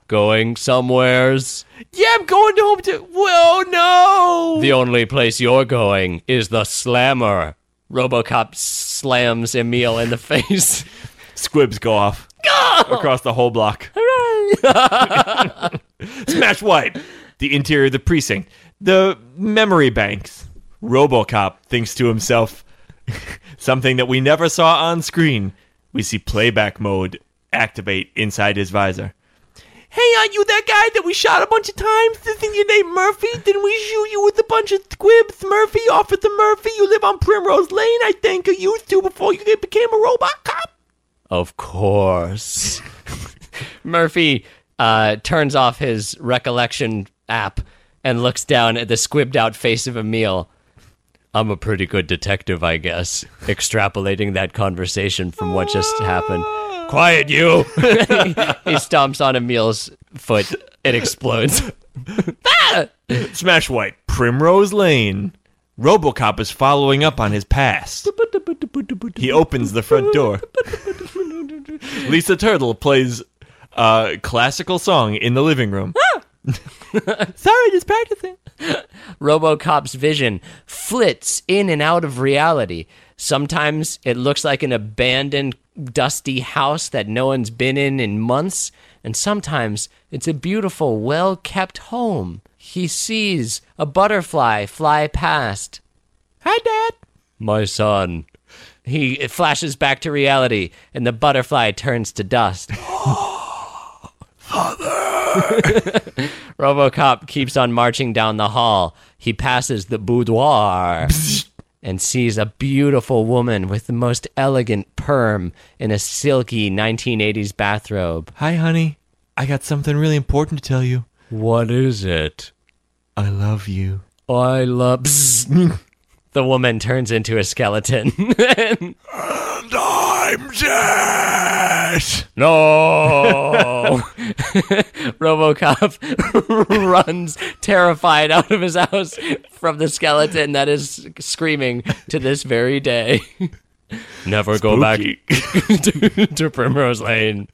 [SPEAKER 1] Going somewheres.
[SPEAKER 9] yeah, I'm going home to. Whoa, no!
[SPEAKER 1] The only place you're going is the slammer. Robocop slams Emil in the face.
[SPEAKER 2] Squibs go off
[SPEAKER 1] Oh.
[SPEAKER 2] across the whole block.
[SPEAKER 9] Smash white.
[SPEAKER 2] The interior of the precinct. The memory banks. Robocop thinks to himself something that we never saw on screen. We see playback mode activate inside his visor.
[SPEAKER 9] Hey, aren't you that guy that we shot a bunch of times? Isn't your name Murphy? Didn't we shoot you with a bunch of squibs, Murphy? Officer Murphy, you live on Primrose Lane, I think, or used to before you get- became a robot cop.
[SPEAKER 1] Of course. Murphy uh, turns off his recollection app and looks down at the squibbed out face of Emil. I'm a pretty good detective, I guess, extrapolating that conversation from what just happened. Quiet, you! he stomps on Emil's foot. It explodes.
[SPEAKER 2] Smash White, Primrose Lane. Robocop is following up on his past. He opens the front door. Lisa Turtle plays a classical song in the living room.
[SPEAKER 9] Sorry, just practicing.
[SPEAKER 1] Robocop's vision flits in and out of reality. Sometimes it looks like an abandoned, dusty house that no one's been in in months, and sometimes it's a beautiful, well kept home. He sees a butterfly fly past.
[SPEAKER 9] Hi, Dad.
[SPEAKER 1] My son. He it flashes back to reality, and the butterfly turns to dust. Robocop keeps on marching down the hall. He passes the boudoir and sees a beautiful woman with the most elegant perm in a silky 1980s bathrobe.
[SPEAKER 2] Hi, honey. I got something really important to tell you.
[SPEAKER 10] What is it?
[SPEAKER 2] I love you.
[SPEAKER 1] I love. the woman turns into a skeleton.
[SPEAKER 2] I'm Jess.
[SPEAKER 1] No! Robocop runs terrified out of his house from the skeleton that is screaming to this very day. Never go back to, to Primrose Lane.